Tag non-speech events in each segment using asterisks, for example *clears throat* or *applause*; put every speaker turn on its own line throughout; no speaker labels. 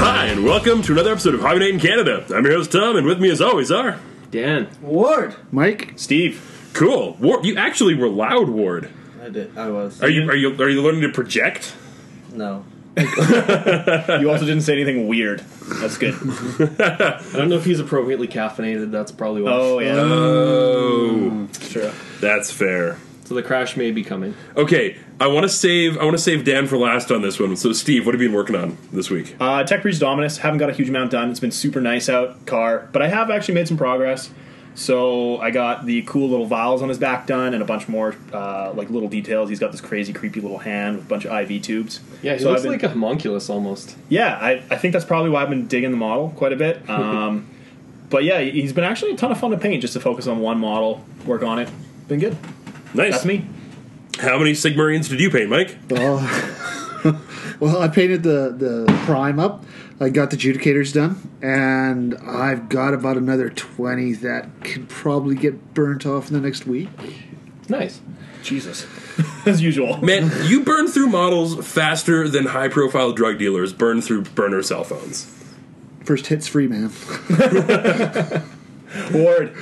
Hi, and welcome to another episode of Hobby Night in Canada. I'm your host Tom, and with me as always are
Dan.
Ward.
Mike,
Steve.
Cool Ward. You actually were loud, Ward.
I did. I was.
Are you are you are you learning to project?
No.
You also didn't say anything weird. That's good.
I don't know if he's appropriately caffeinated. That's probably why.
Oh, yeah.
Oh,
sure.
that's fair.
So the crash may be coming.
Okay, I want to save I want to save Dan for last on this one. So Steve, what have you been working on this week?
Uh, Tech Breach Dominus. Haven't got a huge amount done. It's been super nice out car, but I have actually made some progress. So I got the cool little vials on his back done, and a bunch more uh, like little details. He's got this crazy, creepy little hand with a bunch of IV tubes.
Yeah, he
So I've
looks
been-
like a homunculus almost.
yeah, I, I think that's probably why I've been digging the model quite
*laughs*
a bit. Um, but yeah, he's been actually a ton of fun to paint just to focus on one model, work on it. Been good.
Nice.
That's me.
How many Sigmarines did you paint, Mike?
well, *laughs* well, I painted the the prime up. I got the adjudicators done, and I've got about another twenty that could probably get burnt off in the next week.
Nice.
Jesus. *laughs* As usual. *laughs*
Man, you burn through models faster than high profile drug dealers burn through burner cell phones.
First hits free, man. *laughs*
Ward.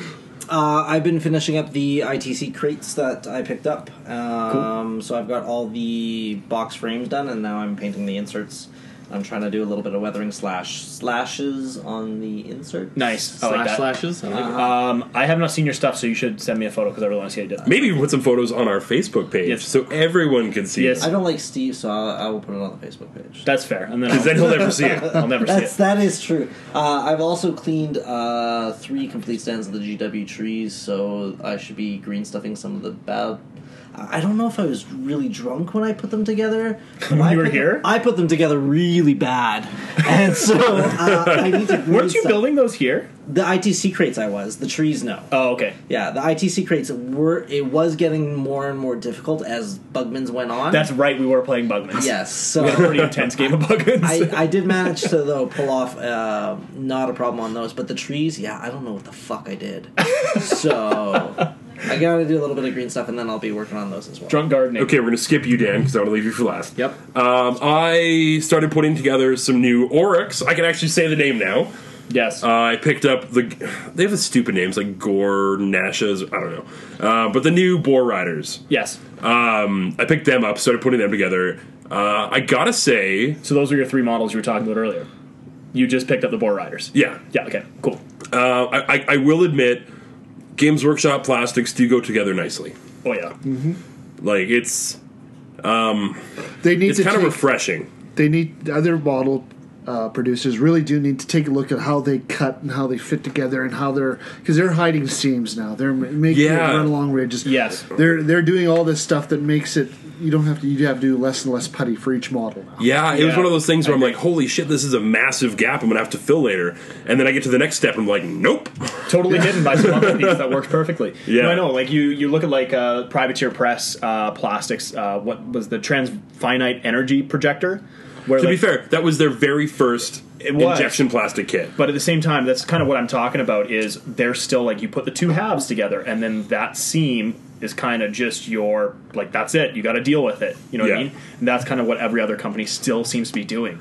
Uh, I've been finishing up the ITC crates that I picked up. Um, So I've got all the box frames done, and now I'm painting the inserts. I'm trying to do a little bit of weathering slash slashes on the insert.
Nice. I
Slash
like that.
slashes. I like Uh-huh. it.
Um, I have not seen your stuff, so you should send me a photo because I really want to see how you did that.
Maybe we put some photos on our Facebook page
Yes.
so everyone can see.
Yes.
it.
I don't like Steve, so I'll, I will put it on the Facebook page.
That's fair. And
*laughs*
then
'Cause then
I'll,
he'll
*laughs*
never see it.
I'll never see
That's
it.
that is true. Uh, I've also cleaned uh, three complete stands of the GW trees, so I should be green stuffing some of the bad. I I don't know if I was really drunk when I put them
*laughs*
together. When
you were here?
I put them together really bad,
*laughs*
and so uh, I need to. green
Weren't you
stuff-
building those here?
the ITC crates? I was the trees. No.
Oh, okay.
Yeah, the ITC crates were. It was getting more and more difficult as Bugman's went on.
That's right. We were playing Bugman's.
yes.
*laughs*
So
Pretty intense game of Bugman's. *laughs*
I, I did manage to though pull off uh, not a problem on those, but the trees, yeah, I don't know what the fuck I did. so I gotta do a little bit of green stuff, and then I'll be working on those as well.
Drunk gardening.
Okay, we're gonna skip you, Dan, because I want to leave you for last.
Yep.
Um, I started putting together some new Oryx. I can actually say the name now.
Yes.
Uh, I picked up the. They have the stupid names like Gore Nashas. I don't know. Uh, but the new Boar Riders.
yes.
Um, I picked them up, started putting them together. Uh, I gotta say,
So those are your three models you were talking about earlier. You just picked up the Boar Riders.
yeah,
Yeah. Okay. Cool.
uh, I, I, I will admit, Games Workshop plastics do go together nicely.
Oh yeah.
Like it's
They need
it's
to
kind of
take-
refreshing.
they need the other model uh, producers really do need to take a look at how they cut and how they fit together and how they're because they're hiding seams now. They're ma- making
Yeah.
it run along ridges.
Yes.
they're they're doing all this stuff that makes it you don't have to you have to do less and less putty for each model now.
Yeah, it was
Yeah,
one of those things where
I
I'm
agree.
like, holy shit, this is a massive gap I'm gonna have to fill later. And then I get to the next step and I'm like,
*laughs*
nope.
totally hidden by some other piece that works perfectly.
*laughs* Yeah.
no, I know. Like you, you look at like uh, privateer press uh, plastics. Uh, what was the transfinite energy projector? Where,
To be
like-
fair, that was their very first
It was.
injection plastic kit.
But at the same time, that's kind of what I'm talking about. Is they're still like you put the two halves together, and then that seam is kind of just your like that's it. You got to deal with it. You know what I
Yeah.
mean? And that's kind of what every other company still seems to be doing.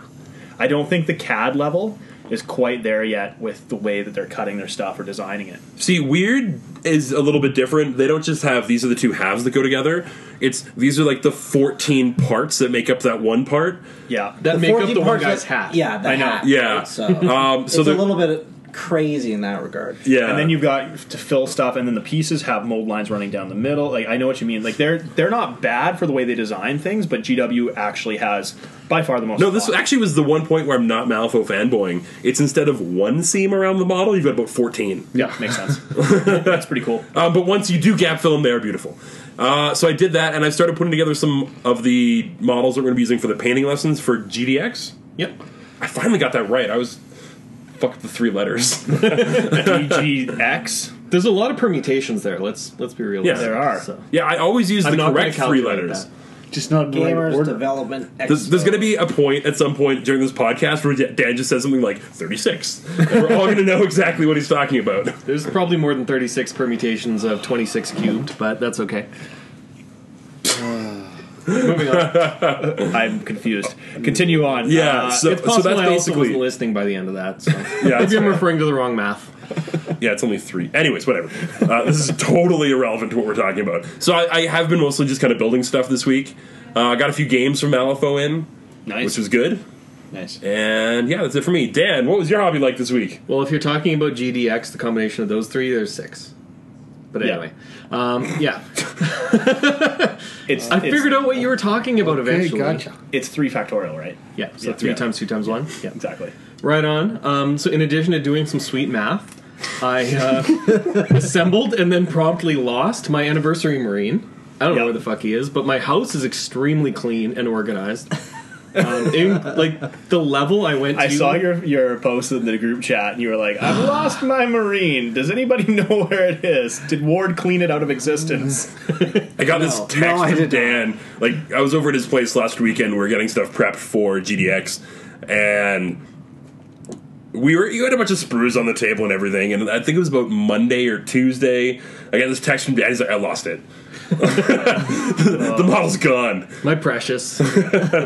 I don't think the CAD level is quite there yet with the way that they're cutting their stuff or designing it.
See, weird is a little bit different. They don't just have these are the two halves that go together. It's these are like the 14 parts that make up that one part.
Yeah,
that make up
14
the one
parts
guy's
that-
hat.
Yeah, the
I know.
hat,
Yeah.
right? So,
*laughs* Um, so
it's a
the-
little bit crazy in that regard.
Yeah.
and then you've got to fill stuff, and then the pieces have mold lines running down the middle. Like I know what you mean. Like they're they're not bad for the way they design things, but GW actually has by far the most.
No, this
fun.
actually was the one point where I'm not Malfo fanboying. It's instead of one seam around the model, you've got about 14.
yeah makes sense. That's pretty
*laughs*
cool.
Um, but once you do gap fill them, they are beautiful. Uh, so I did that, and I started putting together some of the models that we're going to be using for the painting lessons for GDX.
Yep.
I finally got that right. I was fuck up the three letters. *laughs*
DGX.
There's a lot of permutations there. Let's let's be realistic.
there
are.
So.
yeah, I always use the
not gonna
correct three
calculate
letters.
that.
Just not in the right
Gamers
order.
Development Expo.
There's, there's going to be a point at some point during this podcast where Dan just says something like 36. And we're all going to know exactly what he's talking
*laughs*
about.
There's probably more than 36 permutations of 26 cubed, but that's okay. Moving on.
I'm confused. Continue on.
Yeah,
Uh,
so,
it's
so
possible
that's
I also
basically
wasn't listening by the end of *laughs* that. So.
yeah. It's,
Maybe I'm referring to the wrong math.
yeah, it's only three. Anyways, whatever. Uh, this is totally irrelevant to what we're talking about. So I, I have been mostly just kind of building stuff this week. Uh, I got a few games from Malifaux in,
nice.
which was good.
nice.
And yeah, that's it for me. Dan, what was your hobby like this week?
Well, if you're talking about GDX, the combination of those three, there's six. But
Yeah.
anyway, um, yeah,
It's,
I
it's-
figured out what you were talking about
Okay,
eventually.
gotcha.
it's three factorial, right?
Yeah, so
Yeah.
three
Yeah.
times two times one. Yeah,
Exactly.
right on. Um, so in addition to doing some sweet math, I uh,
*laughs*
assembled and then promptly lost my anniversary marine. I don't
Yeah.
know where the fuck he is, but my house is extremely clean and
*laughs*
organized. Um, in, like the level I went to,
I saw your your post in the group chat, and you were like, "I've lost my marine. Does anybody *laughs* know where it is? Did Ward clean it out of existence?"
I got this
No,
text
no, I
from
did
Dan. Like I was over at his place last weekend. We were getting stuff prepped for GDX, and we were you had a bunch of sprues on the table and everything. And I think it was about Monday or Tuesday. I got this text from Dan. He's like, "I lost it. *laughs* the model's gone."
my
*laughs*
precious.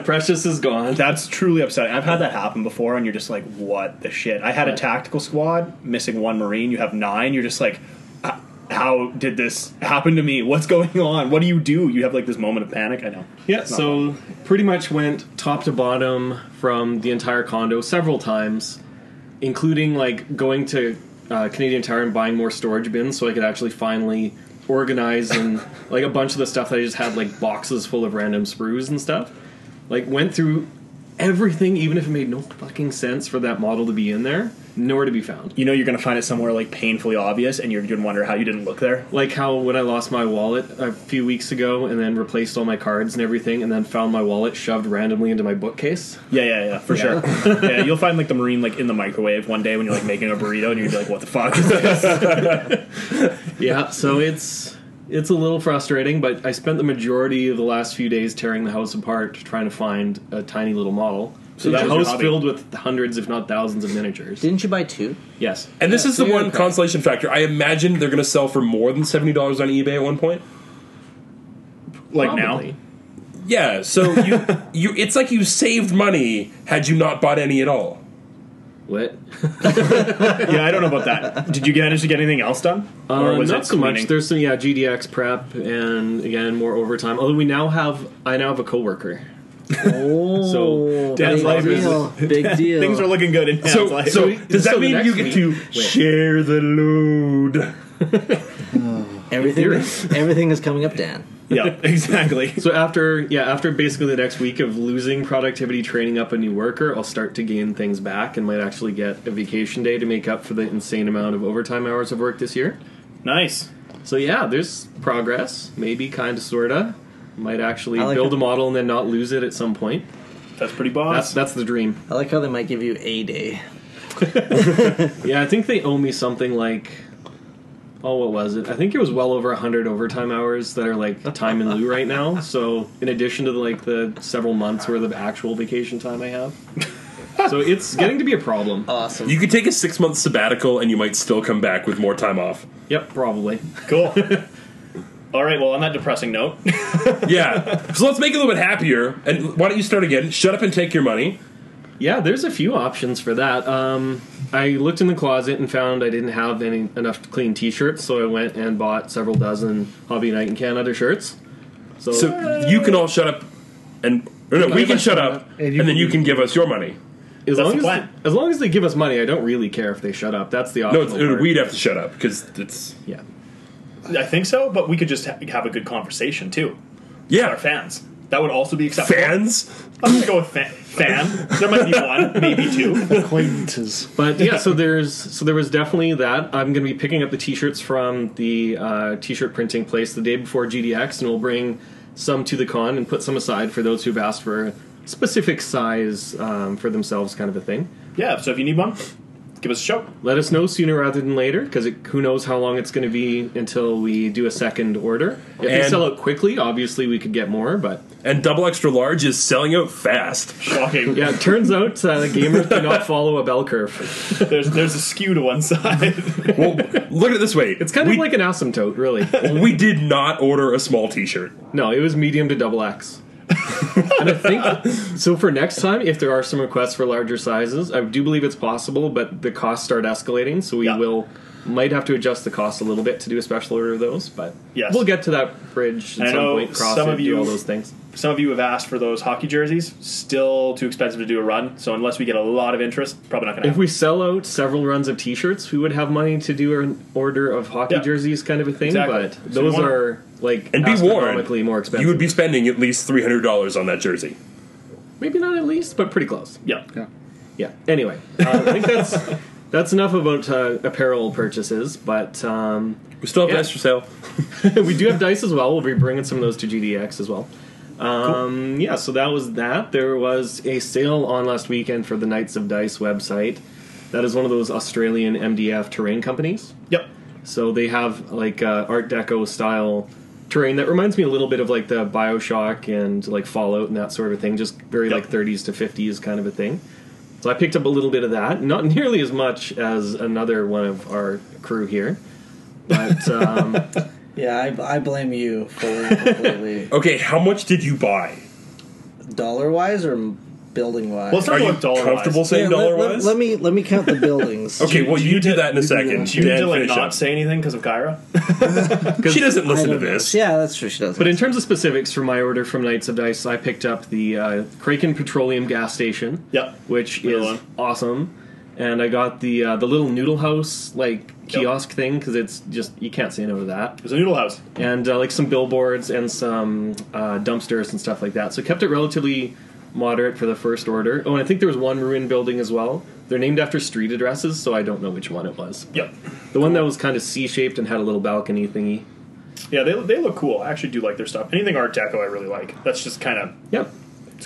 precious is gone.
That's truly upsetting. I've had that happen before, and you're just like, "What the shit?" I had a tactical squad missing one marine. You have nine. You're just like, "H- "How did this happen to me? What's *laughs* going on? What do you do?" You have like this moment of panic. I know.
Yeah,
It's not
so pretty much went top to bottom from the entire condo several times, including like going to uh, Canadian Tire and buying more storage bins so I could actually finally organize and *laughs* like a bunch of the stuff that I just had like boxes full of random sprues and stuff. Like went through everything, even if it made no fucking sense for that model to be in there, nowhere to be found.
You know you're gonna find it somewhere like painfully obvious, and you're gonna wonder how you didn't look there.
like how when I lost my wallet a few weeks ago and then replaced all my cards and everything and then found my wallet shoved randomly into my bookcase.
Yeah, yeah, yeah,
*laughs*
for sure. yeah, you'll find like the marine like in the microwave one day when you're like making a burrito, and you're like, "What the fuck?" *laughs* is this?"
Yeah, so it's it's a little frustrating, but I spent the majority of the last few days tearing the house apart trying to find a tiny little model. So
that
that
was your
house
hobby.
filled with hundreds, if not thousands, of miniatures.
Didn't you buy two?
Yes.
And this is the
so
one
you're okay.
consolation factor. I imagine they're going to sell for more than seventy dollars on eBay at one point.
like
Probably.
now,
Yeah, so *laughs* you you it's like you saved money had you not bought any at all.
What?
yeah, I don't know about that. Did you manage to get anything else done,
Uh, not
it
so much.
cleaning?
There's some yeah GDX prep and again more overtime. Although we now have I now have a coworker. *laughs*
Oh,
So,
Dan's
big
life is-
deal. big deal.
Things are looking good in
So,
Dan's life.
so
So-
does that
so the
mean
next
you get
week-
to
wait.
share the load?
everything. Everything is coming up, Dan.
*laughs* yeah, exactly.
So after yeah, after basically the next week of losing productivity training up a new worker, I'll start to gain things back and might actually get a vacation day to make up for the insane amount of overtime hours I've worked this year.
Nice.
So yeah, there's progress, maybe kind of sorta. Might actually
I like
build
it.
a model and then not lose it at some point.
That's pretty
That's
boss.
that's the dream.
I like how they might give you a day.
Yeah, I think they owe me something like Oh, what was it? I think it was well over 100 overtime hours that are like time in lieu right now. So, in addition to like the several months worth of actual vacation time I have. So, it's getting to be a problem.
Awesome.
You could take a six month sabbatical and you might still come back with more time off.
Yep, probably.
*laughs* cool. All right. Well, on that depressing note,
Yeah. *laughs* so let's make it a little bit happier. And why don't you start again? Shut up and take your money.
Yeah, there's a few options for that. Um, I looked in the closet and found I didn't have any enough clean T-shirts, so I went and bought several dozen Hobby Night in Canada shirts. So,
So you can all shut up and or no, we
Give
can
us
shut
your
up
money.
and, then you can give us your money.
as
that's the
long as
plan.
as long as they give us money, I don't really care if they shut up. That's the
No,
optional
it's,
part.
we'd have to shut up because it's
yeah.
I think so. But we could just ha- have a good conversation too. Our
yeah.
fans. That would also be acceptable.
Fans.
I'm gonna go with fa- fan. There might be one, maybe two.
Acquaintances.
But yeah, so there's so there was definitely that. I'm going to be picking up the t-shirts from the uh, t-shirt printing place the day before GDX, and we'll bring some to the con and put some aside for those who've asked for a specific size um, for themselves, kind of a thing.
Yeah. So if you need one, give us a show.
Let us know sooner rather than later because who knows how long it's going to be until we do a second order. If we
And-
sell out quickly, obviously we could get more, but
And double extra large is selling out fast.
Shocking.
yeah, it turns out uh, gamers do not follow a bell curve.
*laughs* There's there's a skew to one *laughs* side.
Well, *laughs* look at it this way.
It's kind of
we,
like an asymptote, really.
we did not order a small T-shirt.
No, it was medium to double
*laughs*
X. and I think so for next time, if there are some requests for larger sizes, I do believe it's possible, but the costs start escalating, so we
Yeah.
will might have to adjust the cost a little bit to do a special order of those. But
Yes.
we'll get to that bridge at
I
some
know
point. Cross
some
it,
of
do
you-
all those things.
Some of you have asked for those hockey jerseys. Still too expensive to do a run. So unless we get a lot of interest, probably not going to.
If we sell out several runs of T-shirts, we would have money to do an order of hockey
Yeah.
jerseys, kind of a thing.
Exactly. So we
But those
wanna-
are like
And be warned,
astronomically more expensive.
you would be spending at least three hundred dollars on that jersey.
maybe not at least, but pretty close.
yeah.
Yeah.
Yeah. Anyway, *laughs* uh, I think that's that's enough about uh, apparel purchases, but um, *laughs*
We still have
Yeah.
dice for sale.
we do have dice as well. We'll be bringing some of those to GDX as well. Um, Yeah. So that was that. There was a sale on last weekend for the Knights of Dice website. That is one of those Australian MDF terrain companies.
Yep.
So they have like uh, Art Deco style terrain that reminds me a little bit of like the Bioshock and like Fallout and that sort of thing. Just very
Yep.
like 30s to 50s kind of a thing. So I picked up a little bit of that, not nearly as much as another one of our crew here, but um,
*laughs*
Yeah, I, I blame you
*laughs*
fully and completely.
Okay, how much did you buy?
Dollar wise or building wise?
Well, it's not
Are you
about dollar
comfortable
wise.
saying dollar
let, let-
wise?
let me let me count the
*laughs*
buildings.
okay, well you, do that in a
that.
second.
Do you need
Dan,
to like
finish
not
up.
say anything because of Kyra?
she doesn't
I
listen to
don't know.
this.
Yeah, that's true. She does.
But in terms of specifics for my order from Knights of Dice, I picked up the uh, Kraken Petroleum gas station.
Yep.
Which
Real
is
one.
awesome. And I got the uh, the little noodle house like kiosk thing 'cause thing because it's just you can't say no to that.
It's a noodle house.
And uh, like some billboards and some uh, dumpsters and stuff like that. So kept it relatively moderate for the first order. Oh, and I think there was one ruined building as well. They're named after street addresses, so I don't know which one it was.
Yep.
The one that was kind of C shaped and had a little balcony thingy.
Yeah, they, they look cool. I actually do like their stuff. Anything Art Deco, I really like. That's just kind of
Yep.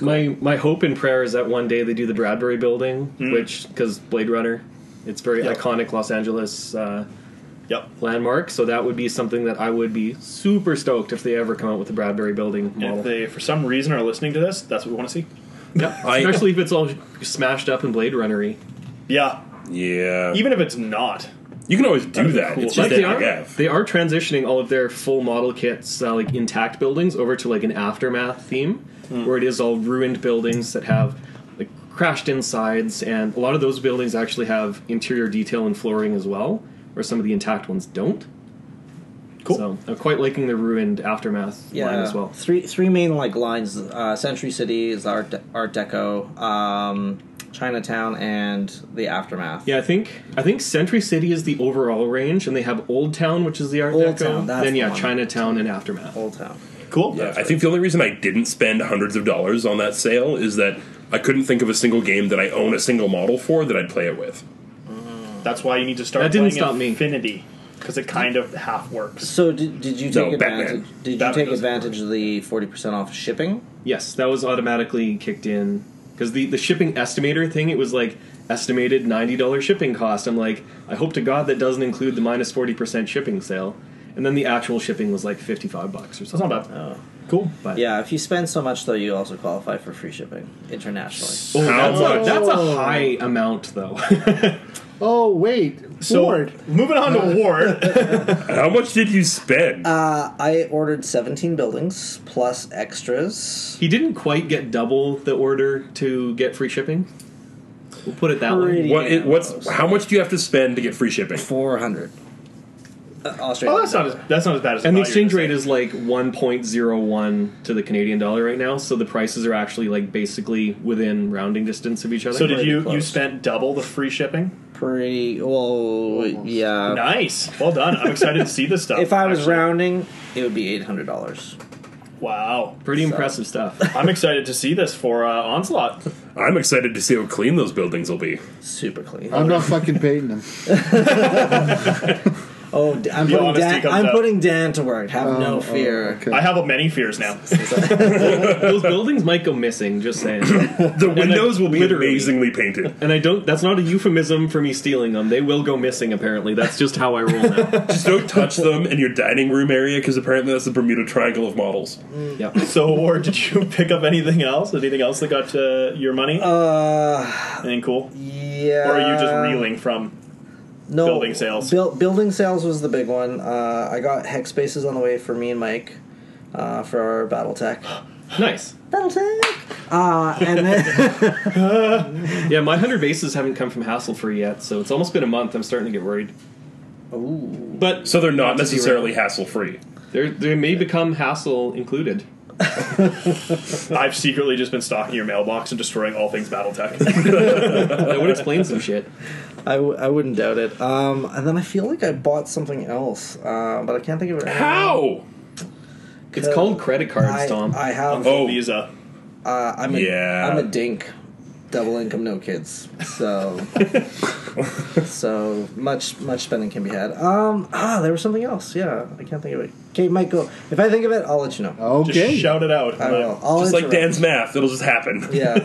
My my hope and prayer is that one day they do the Bradbury Building, which because Blade Runner, it's very
Mm. Yep.
iconic Los Angeles uh,
yep.
landmark. So that would be something that I would be super stoked if they ever come out with the Bradbury Building
And if
model.
they for some reason are listening to this, that's what we want to see.
Yep.
I-
Especially if it's all smashed up in Blade Runnery.
Yeah,
Yeah,
even if it's not.
you can always do
That'd be
that.
cool.
It's
Like
just
they
that
are,
you have.
they are transitioning all of their full model kits, uh, like intact buildings, over to like an aftermath theme,
Hmm.
where it is all ruined buildings that have like crashed insides, and a lot of those buildings actually have interior detail and flooring as well, where some of the intact ones don't.
Cool.
So I'm quite liking the ruined aftermath
yeah,
line as well.
Three three main like lines: uh, Century City is Art De- Art Deco, um, Chinatown, and the aftermath.
Yeah, I think I think Century City is the overall range, and they have Old Town, which is the Art
Old
Deco.
Town, that's
then
the
yeah,
one.
Chinatown and Aftermath.
Old Town.
Cool.
Yeah, I think the only reason I didn't spend hundreds of dollars on that sale is that I couldn't think of a single game that I own a single model for that I'd play it with.
That's why you need to start
That didn't
playing
stop me.
Infinity because it kind of half works.
So did, did you
No,
take
Batman.
advantage? Did you
Batman
take
doesn't
advantage of the forty percent off shipping?
Yes, that was automatically kicked in because the the shipping estimator thing. It was like estimated ninety dollars shipping cost. I'm like, I hope to God that doesn't include the minus forty percent shipping sale. And then the actual shipping was like fifty five bucks or
That's
something.
not bad. cool.
But
Yeah, if you spend so much though, you also qualify for free shipping internationally.
Oh,
How
that's, a,
much?
that's a high amount though. *laughs*
Oh wait,
So
Ford.
moving on
*laughs*
to Ward.
How much did you spend?
Uh, I ordered seventeen buildings plus extras.
he didn't quite get double the order to get free shipping. We'll put it that way.
Pretty-
what
yeah,
it, what's how much do you have to spend to get free shipping?
Four hundred. Uh, Australian.
oh, that's not as that's not as bad as. I
And the
thought you
exchange
were
rate
gonna
is like 1.01 to the Canadian dollar right now, so the prices are actually like basically within rounding distance of each other.
say. So did you
Pretty
you
close.
spent double the free shipping?
pretty. Well,
Uh,
yeah.
*laughs*
nice. Well done. I'm excited to see this stuff.
If I was
actually.
rounding, it would be eight hundred dollars.
wow.
Pretty
So-
impressive stuff.
I'm excited to see this for uh,
*laughs*
Onslaught.
I'm excited to see how clean
Um,
those buildings will be.
Super clean.
I'm not fucking painting them.
Oh, d- I'm,
The
putting
honesty
Dan,
comes
I'm
out.
putting Dan to work. Have
Oh,
*laughs* no fear.
okay.
I have many fears now.
Those buildings might go missing. Just saying.
The windows will be
literally-
amazingly
*laughs*
painted.
And I don't. That's not a euphemism for me stealing them. They will go missing. Apparently, that's just how I roll
*laughs*
now.
Just don't touch them in your dining room area because apparently that's the Bermuda Triangle of models.
yep.
So, Ward, did you *laughs* pick up anything else? Anything else that got uh, your money?
Uh,
anything cool?
yeah.
oh, Or are you just reeling from?
No,
building sales?
buil- building sales was the big one. Uh, I got hex spaces on the way for me and Mike uh, for our
*gasps*
BattleTech.
Nice.
BattleTech. Uh, and then *laughs*
Yeah, my hundred bases haven't come from Hasselfree yet, so it's almost been a month. I'm starting to get worried.
Ooh.
But
So they're not
to derail.
necessarily hassle free.
There, there may become hassle included.
I've secretly just been stalking your mailbox and destroying all things BattleTech.
That would explain some shit.
I, w- I wouldn't doubt it. Um, and then I feel like I bought something else, uh, but I can't think of it. right now.
How?
It's called credit cards,
I,
Tom.
I have.
Oh.
Visa.
Uh, I'm a,
Yeah.
am a dink, double income, no kids.
*laughs*
So, so much much spending can be had. Um, ah, there was something else. Yeah, I can't think of it. Okay, Mike, go. If I think of it, I'll let you know.
Just
Okay.
shout it out. Uh,
I will. I'll
Just like
interrupt.
Dan's math, it'll just happen. *laughs*
Yeah.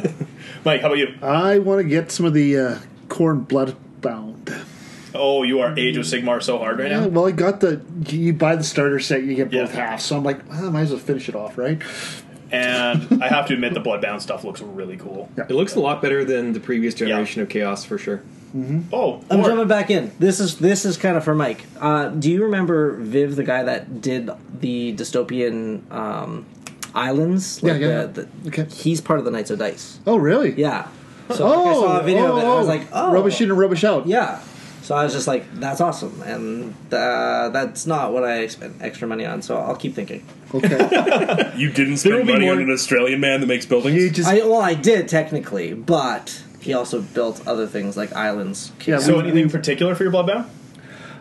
Mike, how about you?
I want to get some of the uh, corn bloodbound.
Oh, you are Age of Sigmar so hard right
Yeah,
now.
well, I got the. You buy the starter set, you get both
Yeah.
halves. So I'm like, well, I might as well finish it off, right?
And I have to admit, the Bloodbound stuff looks really cool.
it looks a lot better than the previous generation of Chaos for sure.
Oh,
I'm
Ward.
jumping back in. This is this is kind of for Mike. Uh, do you remember Viv, the guy that did the dystopian um, islands?
Yeah, yeah.
the- the-
Okay.
He's part of the Knights of Dice.
Oh, really?
Yeah. So
Oh,
like, I saw a video
oh,
of it. and I was
oh.
like, oh,
Rubbish in and rubbish out.
Yeah. So I was just like, that's awesome, and uh, that's not what I spent extra money on. So I'll keep thinking. *laughs*
Okay.
You didn't spend
will be
money on
more-
an Australian man that makes buildings.
you just.
I well, I did technically, but he also built other things like islands.
yeah,
So,
we-
anything in particular for your Bloodbound?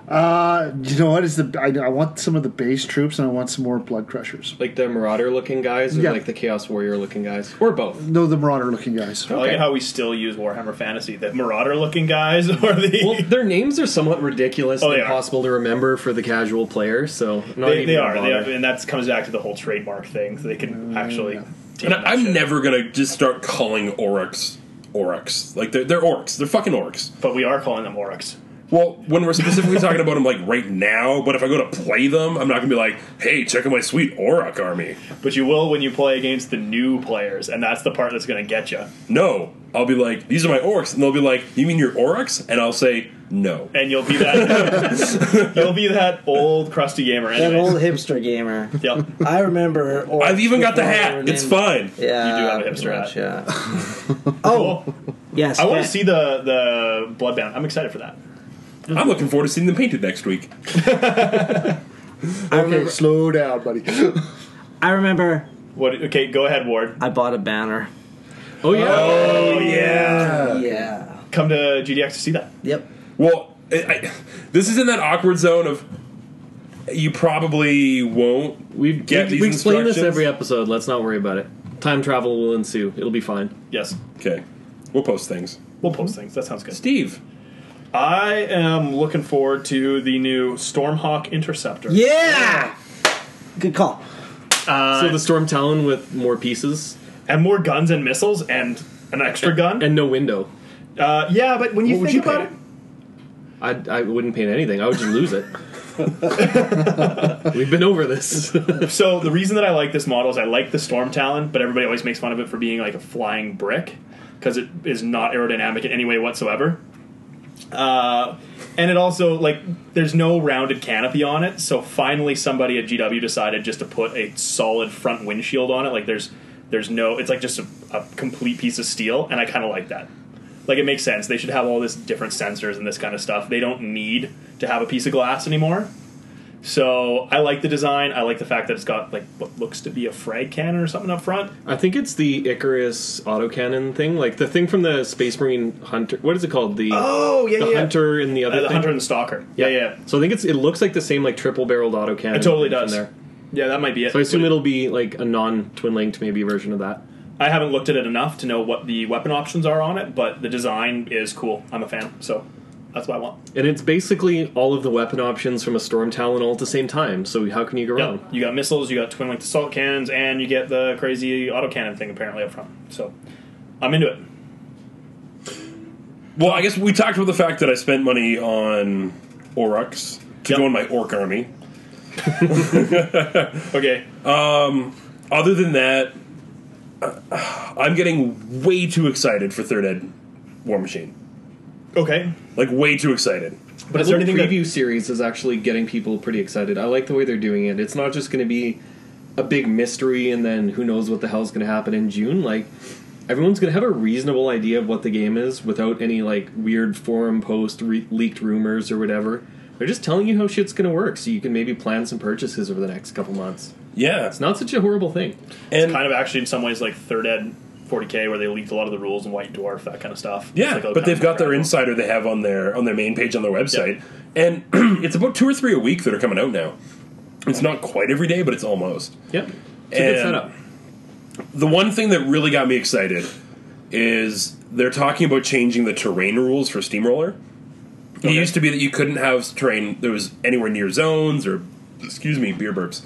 uh, you know what is the? I, I want some of the base troops, and I want some more blood crushers.
Like the Marauder looking guys, or
Yeah.
like the Chaos Warrior looking guys, or both.
No, the marauder looking guys.
I like how we still use Warhammer Fantasy. The Marauder looking guys *laughs* or the.
Well, their names are somewhat ridiculous
Oh,
and
they are.
impossible to remember for the casual player, so not
they,
even
they
gonna
are. They
bother.
are. And that comes back to the whole trademark thing. So they can actually.
And I- I'm
shit.
never gonna just start calling orcs orcs. Like they're, they're orcs. They're fucking orcs.
But we are calling them Oryx.
Well, when we're specifically talking about them, like right now. But if I go to play them, I'm not gonna be like, "Hey, check out my sweet Auroch army."
But you will when you play against the new players, and that's the part that's going to get you.
No, I'll be like, "These are my orcs," and they'll be like, "You mean your orcs?" And I'll say, "No."
And you'll be that. *laughs* you'll be that old crusty gamer.
That
Anyways.
old hipster gamer.
Yep.
I remember. Or
I've even got the
or
hat. It's
named-
fine.
Yeah,
You do have a
pretty
hipster hat.
much, Yeah. Oh,
Cool.
Yes.
I want
Dan.
to see the the Bloodbound. I'm excited for that.
I'm looking forward to seeing them painted next week.
I
Okay,
remember.
slow down, buddy.
I remember.
What? Okay, go ahead, Ward.
I bought a banner.
Oh yeah.
Oh
Uh,
yeah.
Yeah.
Come to GDX to see that.
Yep.
Well, I, I, this is in that awkward zone of you probably won't.
We've
Get
we-
these
we explain this
instructions.
every episode. Let's not worry about it. Time travel will ensue. It'll be fine.
Yes.
Okay, we'll post things.
We'll post things. That sounds good.
Steve,
I am looking forward to the new Stormhawk Interceptor.
Yeah. Good call.
Uh,
so the storm talon with more pieces
And more guns and missiles and an extra gun.
and no window.
uh, yeah, but when you
What would
think
you
about it,
pay?
I I wouldn't paint anything. I would just
*laughs*
lose it. We've been over this.
So the reason that I like this model is I like the Storm Talon, but everybody always makes fun of it for being like a flying brick because it is not aerodynamic in any way whatsoever. Uh, and it also like there's no rounded canopy on it, so finally somebody at GW decided just to put a solid front windshield on it. Like there's there's no it's like just a, a complete piece of steel, and I kind of like that. Like it makes sense. They should have all this different sensors and this kind of stuff. They don't need to have a piece of glass anymore. So I like the design. I like the fact that it's got like what looks to be a frag cannon or something up front.
I think it's the Icarus autocannon thing, like the thing from the Space Marine Hunter. What is it called? The
Oh yeah,
the Hunter and the
Uh,
other
the
thing?
hunter and the stalker. Yeah, yeah,
So I think it's it looks like the same like triple barreled autocannon.
It totally
from
does. yeah. That might be it.
So I assume it'll be like a non twin linked maybe version of that.
I haven't looked at it enough to know what the weapon options are on it, but the design is cool. I'm a fan. So That's what I want.
And it's basically all of the weapon options from a storm talent all at the same time. So how can you go
Yep.
wrong?
You got missiles, you got twin linked assault cannons, and you get the crazy autocannon thing apparently up front. So I'm into it.
Well, I guess we talked about the fact that I spent money on Oruks to
Yep.
go in my Orc army.
Okay.
Other than that, uh, I'm getting way too excited for Third Ed War Machine.
Okay.
Like, way too excited.
But
is
is there
there anything that-
preview series is actually getting people pretty excited. I like the way they're doing it. It's not just going to be a big mystery and then who knows what the hell's going to happen in June. Like everyone's going to have a reasonable idea of what the game is without any like weird forum post re- leaked rumors or whatever. They're just telling you how shit's going to work so you can maybe plan some purchases over the next couple months.
Yeah.
It's not such a horrible thing.
And
Kind of actually in some ways like third ed 40k where they leaked a lot of the rules and White Dwarf that kind of stuff. It's
Yeah,
like a
but
kind
they've
of
got their
comparable.
insider they have on their on their main page on their website, and *clears throat* it's about two or three a week that are coming out now. It's not quite every day, but it's almost.
Yep. It's a
And-
good setup.
The one thing that really got me excited is they're talking about changing the terrain rules for Steamroller. It used to be that you couldn't have terrain that was anywhere near zones or, excuse me, beer burps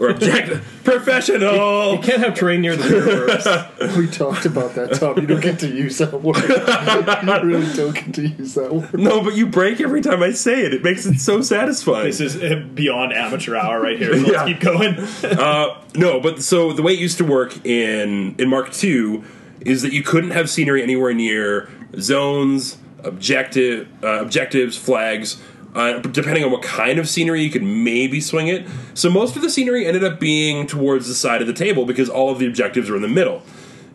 or object *laughs* professional.
You
*laughs*
can't have terrain near
*laughs*
the universe.
We talked about that, Tom. You don't get to use that word. you really don't get to use that word.
No, but you break every time I say it. It makes it so satisfying.
This is uh, beyond amateur hour right here. So
Yeah.
Let's keep going.
Uh, no, but so the way it used to work in in Mark II is that you couldn't have scenery anywhere near zones, objective uh, objectives, flags. Uh, depending on what kind of scenery, you could maybe swing it. So most of the scenery ended up being towards the side of the table because all of the objectives were in the middle.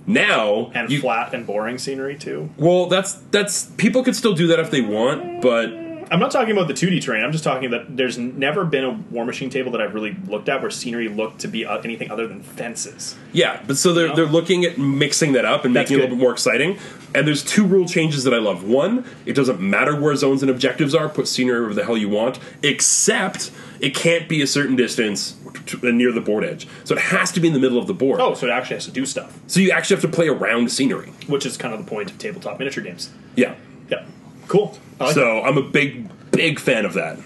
Now
and
you,
flat and boring scenery too.
well, that's that's people could still do that if they want, but
I'm not talking about the 2D terrain. I'm just talking that there's never been a War Machine table that I've really looked at where scenery looked to be uh, anything other than fences.
Yeah, but so they're they're looking at mixing that up and
That's
making it a
good.
little bit more exciting. And there's two rule changes that I love. One, it doesn't matter where zones and objectives are. Put scenery wherever the hell you want, except it can't be a certain distance to, near the board edge. So it has to be in the middle of the board.
Oh, so it actually has to do stuff,
So you actually have to play around scenery.
which is kind of the point of tabletop miniature games.
Yeah.
Yeah, cool. I like
so I'm a big big fan of that.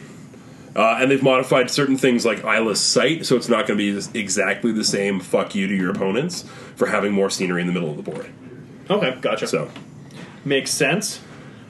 Uh, and they've modified certain things like Isla's sight, so it's not going to be this- exactly the same fuck you to your opponents for having more scenery in the middle of the board.
that. okay, gotcha.
So
makes sense.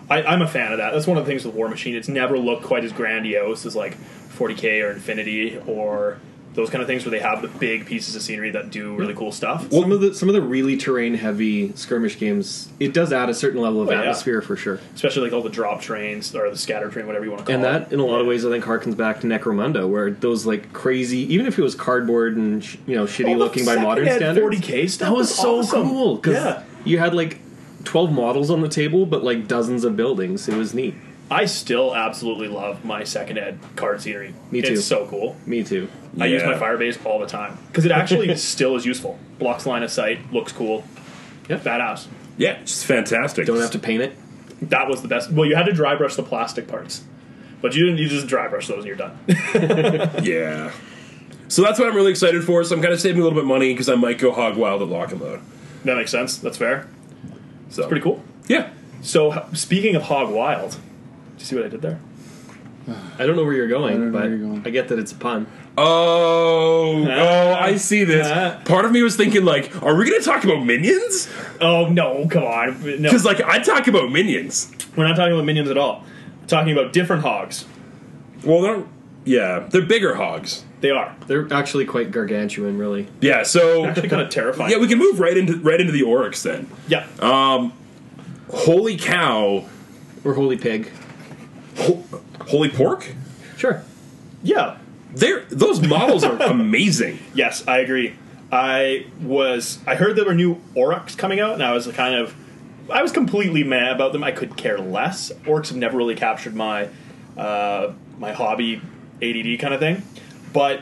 I, I'm a fan of that. That's one of the things with War Machine. It's never looked quite as grandiose as like 40k or Infinity or those kind of things where they have the big pieces of scenery that do
Hmm.
really cool stuff.
some of the some of the really terrain heavy skirmish games, it does add a certain level of
Oh, yeah.
atmosphere for sure.
Especially like all the drop trains or the scatter train, whatever you want to
And
call it.
that, in a lot of ways, I think harkens back to Necromunda, where those like crazy, even if it was cardboard and sh- you know shitty
Oh, the
looking by modern
second-hand
standards,
40K stuff
that was,
was
so
awesome.
cool because
Yeah.
you had like twelve models on the table, but like dozens of buildings. It was neat.
I still absolutely love my second ed card scenery.
Me too.
It's so cool.
Me too.
I use my
Yeah.
Firebase all the time because
*laughs*
it actually still is useful. Blocks line of sight, looks cool.
Yeah.
Badass.
Yeah, it's just fantastic.
Don't have to paint it.
That was the best. Well, you had to dry brush the plastic parts, but you didn't. You just dry brush those and
*laughs*
you're done.
*laughs* Yeah. So that's what I'm really excited for. So I'm kind of saving a little bit of money because I might go hog wild at lock and load.
that makes sense. That's fair.
So
Pretty cool.
Yeah.
So h- speaking of Hog Wild, did you see what I did there?
I don't know where you're going,
know
but
where you're going.
I get that it's a pun. *laughs*
Oh, oh, I see this.
Ah.
Part of me was thinking like, are we going to talk about minions?
Oh no! Come on. No,
Because like I talk about minions.
we're not talking about minions at all. We're talking about different hogs.
Well, they're yeah, they're bigger hogs.
They are
They're actually quite gargantuan, really.
Yeah.
*laughs*
So
actually kind of terrifying.
yeah, we can move right into right into the oryx then.
yeah.
Holy cow!
Or holy pig.
Ho- holy pork!
Sure.
yeah.
They're those models
*laughs*
are amazing.
Yes, I agree. I was I heard there were new Oryx coming out, and I was kind of I was completely mad about them. I could care less. Orcs have never really captured my uh, my hobby ADD kind of thing. But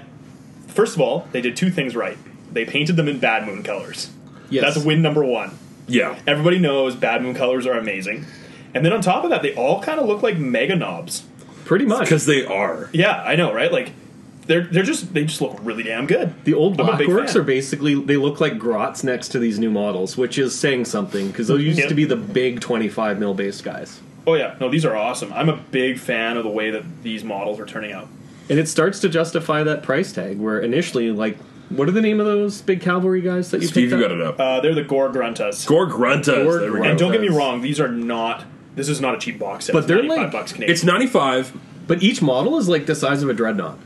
first of all, they did two things right. They painted them in Bad Moon colors.
Yes.
That's win number one.
Yeah.
Everybody knows Bad Moon colors are amazing. And then on top of that, they all kind of look like mega knobs.
Pretty much.
Because they are.
Yeah, I know, right? Like they're they're just they just look really damn good.
The old
I'm a
black
big
orcs
fan.
are basically they look like grots next to these new models, which is saying something because those used
Yep.
to be the big 25 mil based guys.
Oh yeah, no, these are awesome. I'm a big fan of the way that these models are turning out.
And it starts to justify that price tag where initially, like, what are the name of those big cavalry guys that you
Steve, you
picked
got
up?
it up.
Uh, they're the Gore Gruntas.
Gore Gruntas.
Gore
there we go.
and
Gruntas.
don't get me wrong, these are not. This is not a cheap box set.
But
It's
they're
95
like-
bucks Canadian.
It's 95.
Oh,
But each model is like the size of a dreadnought,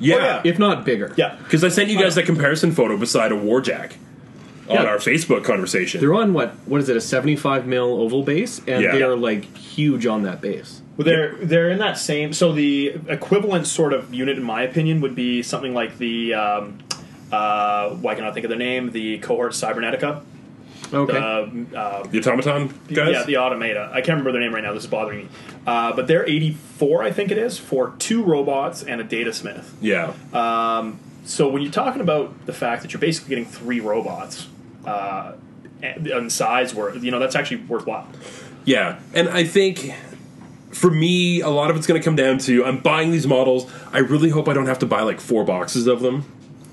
Yeah.
yeah. Oh.
if not bigger.
yeah.
Because I sent you guys that comparison photo beside a Warjack on
Yeah.
our Facebook conversation.
They're on what? What is it? A seventy-five mil oval base, and
Yeah.
they are like huge on that base.
Well, they're they're in that same. So the equivalent sort of unit, in my opinion, would be something like the. Um, uh, why can I think of the name? The cohort Cybernetica.
Okay.
Uh, uh,
the automaton guys?
yeah, the Automata. I can't remember their name right now. This is bothering me. Uh, but they're 84, I think it is, for two robots and a data smith.
yeah.
So when you're talking about the fact that you're basically getting three robots, uh, and, and size where you know that's actually worthwhile.
Yeah, and I think for me, a lot of it's going to come down to I'm buying these models. I really hope I don't have to buy like four boxes of them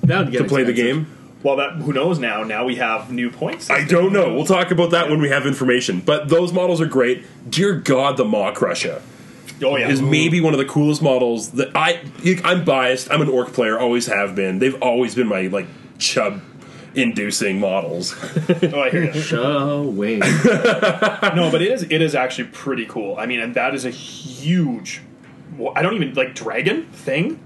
that would get
to play the
expensive.
game.
Well, that who knows now? Now we have new points.
I don't know. We'll talk about that when we have information. But those models are great. Dear God, the Maw Crusher
oh yeah,
is maybe one of the coolest models that I. I'm biased. I'm an orc player. Always have been. They've always been my like chub inducing
*laughs*
models.
oh I hear you.
*laughs*
Oh
*laughs*
wait,
No, but it is it is actually pretty cool. I mean, and that is a huge. wha- I don't even like dragon thing.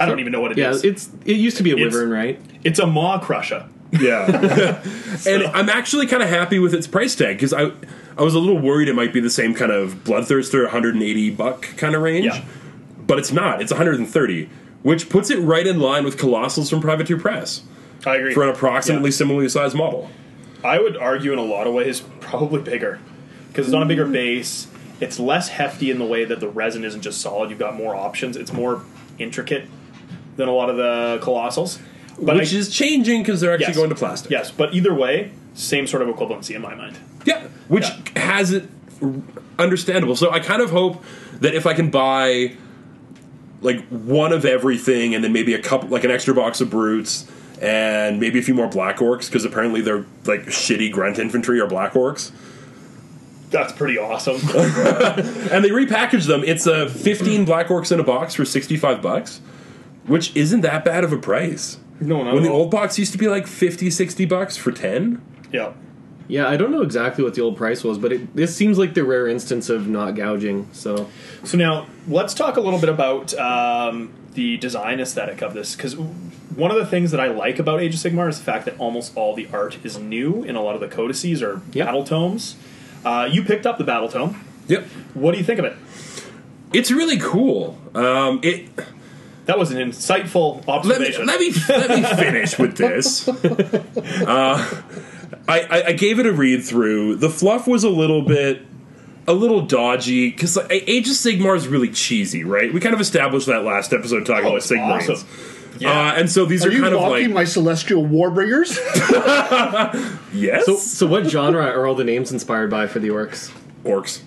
I don't even know what it is.
yeah, it's it used to be a
It's-
wyvern, right?
It's a maw crusher.
Yeah. *laughs* and I'm actually kind of happy with its price tag because I I was a little worried it might be the same kind of bloodthirster 180 buck kind of range.
Yeah.
But it's not. It's 130, which puts it right in line with Colossals from Privateer Press
I agree.
for an approximately similarly sized model.
I would argue in a lot of ways *laughs* probably bigger because it's on a
Mm.
bigger base. It's less hefty in the way that the resin isn't just solid. You've got more options. It's more intricate than a lot of the colossals. But
which
I-
is changing because they're actually
Yes.
going to plastic.
yes, but either way, same sort of equivalency in my mind.
Yeah, which
Yeah.
has it r- understandable. So I kind of hope that if I can buy like one of everything, and then maybe a couple, like an extra box of brutes, and maybe a few more black orcs, because apparently they're like shitty grunt infantry or black orcs,
That's
*laughs*
pretty awesome.
and they repackage them. It's a fifteen black orcs in a box for sixty five bucks, which isn't that bad of a price.
no, not
When
at
the
all.
old box used to be like 50, 60 bucks for ten.
yeah.
Yeah, I don't know exactly what the old price was, but it this seems like the rare instance of not gouging. So
So now let's talk a little bit about um, the design aesthetic of this because one of the things that I like about Age of Sigmar is the fact that almost all the art is new in a lot of the codices or
Yeah.
battle tomes. Uh, you picked up the battle tome.
Yep,
What do you think of it?
it's really cool. Um, it
That was an insightful
let me
observation.
let me, let me finish with this. Uh, I, I I gave it a read through. The fluff was a little bit a little dodgy because like, Age of Sigmar is really cheesy, right? We kind of established that last episode talking
Oh,
about
it's
Sigmarans.
awesome.
Uh, and so these are,
Are you
kind of like
mocking my celestial warbringers?
yes,
so so what genre are all the names inspired by for the orcs?
orcs.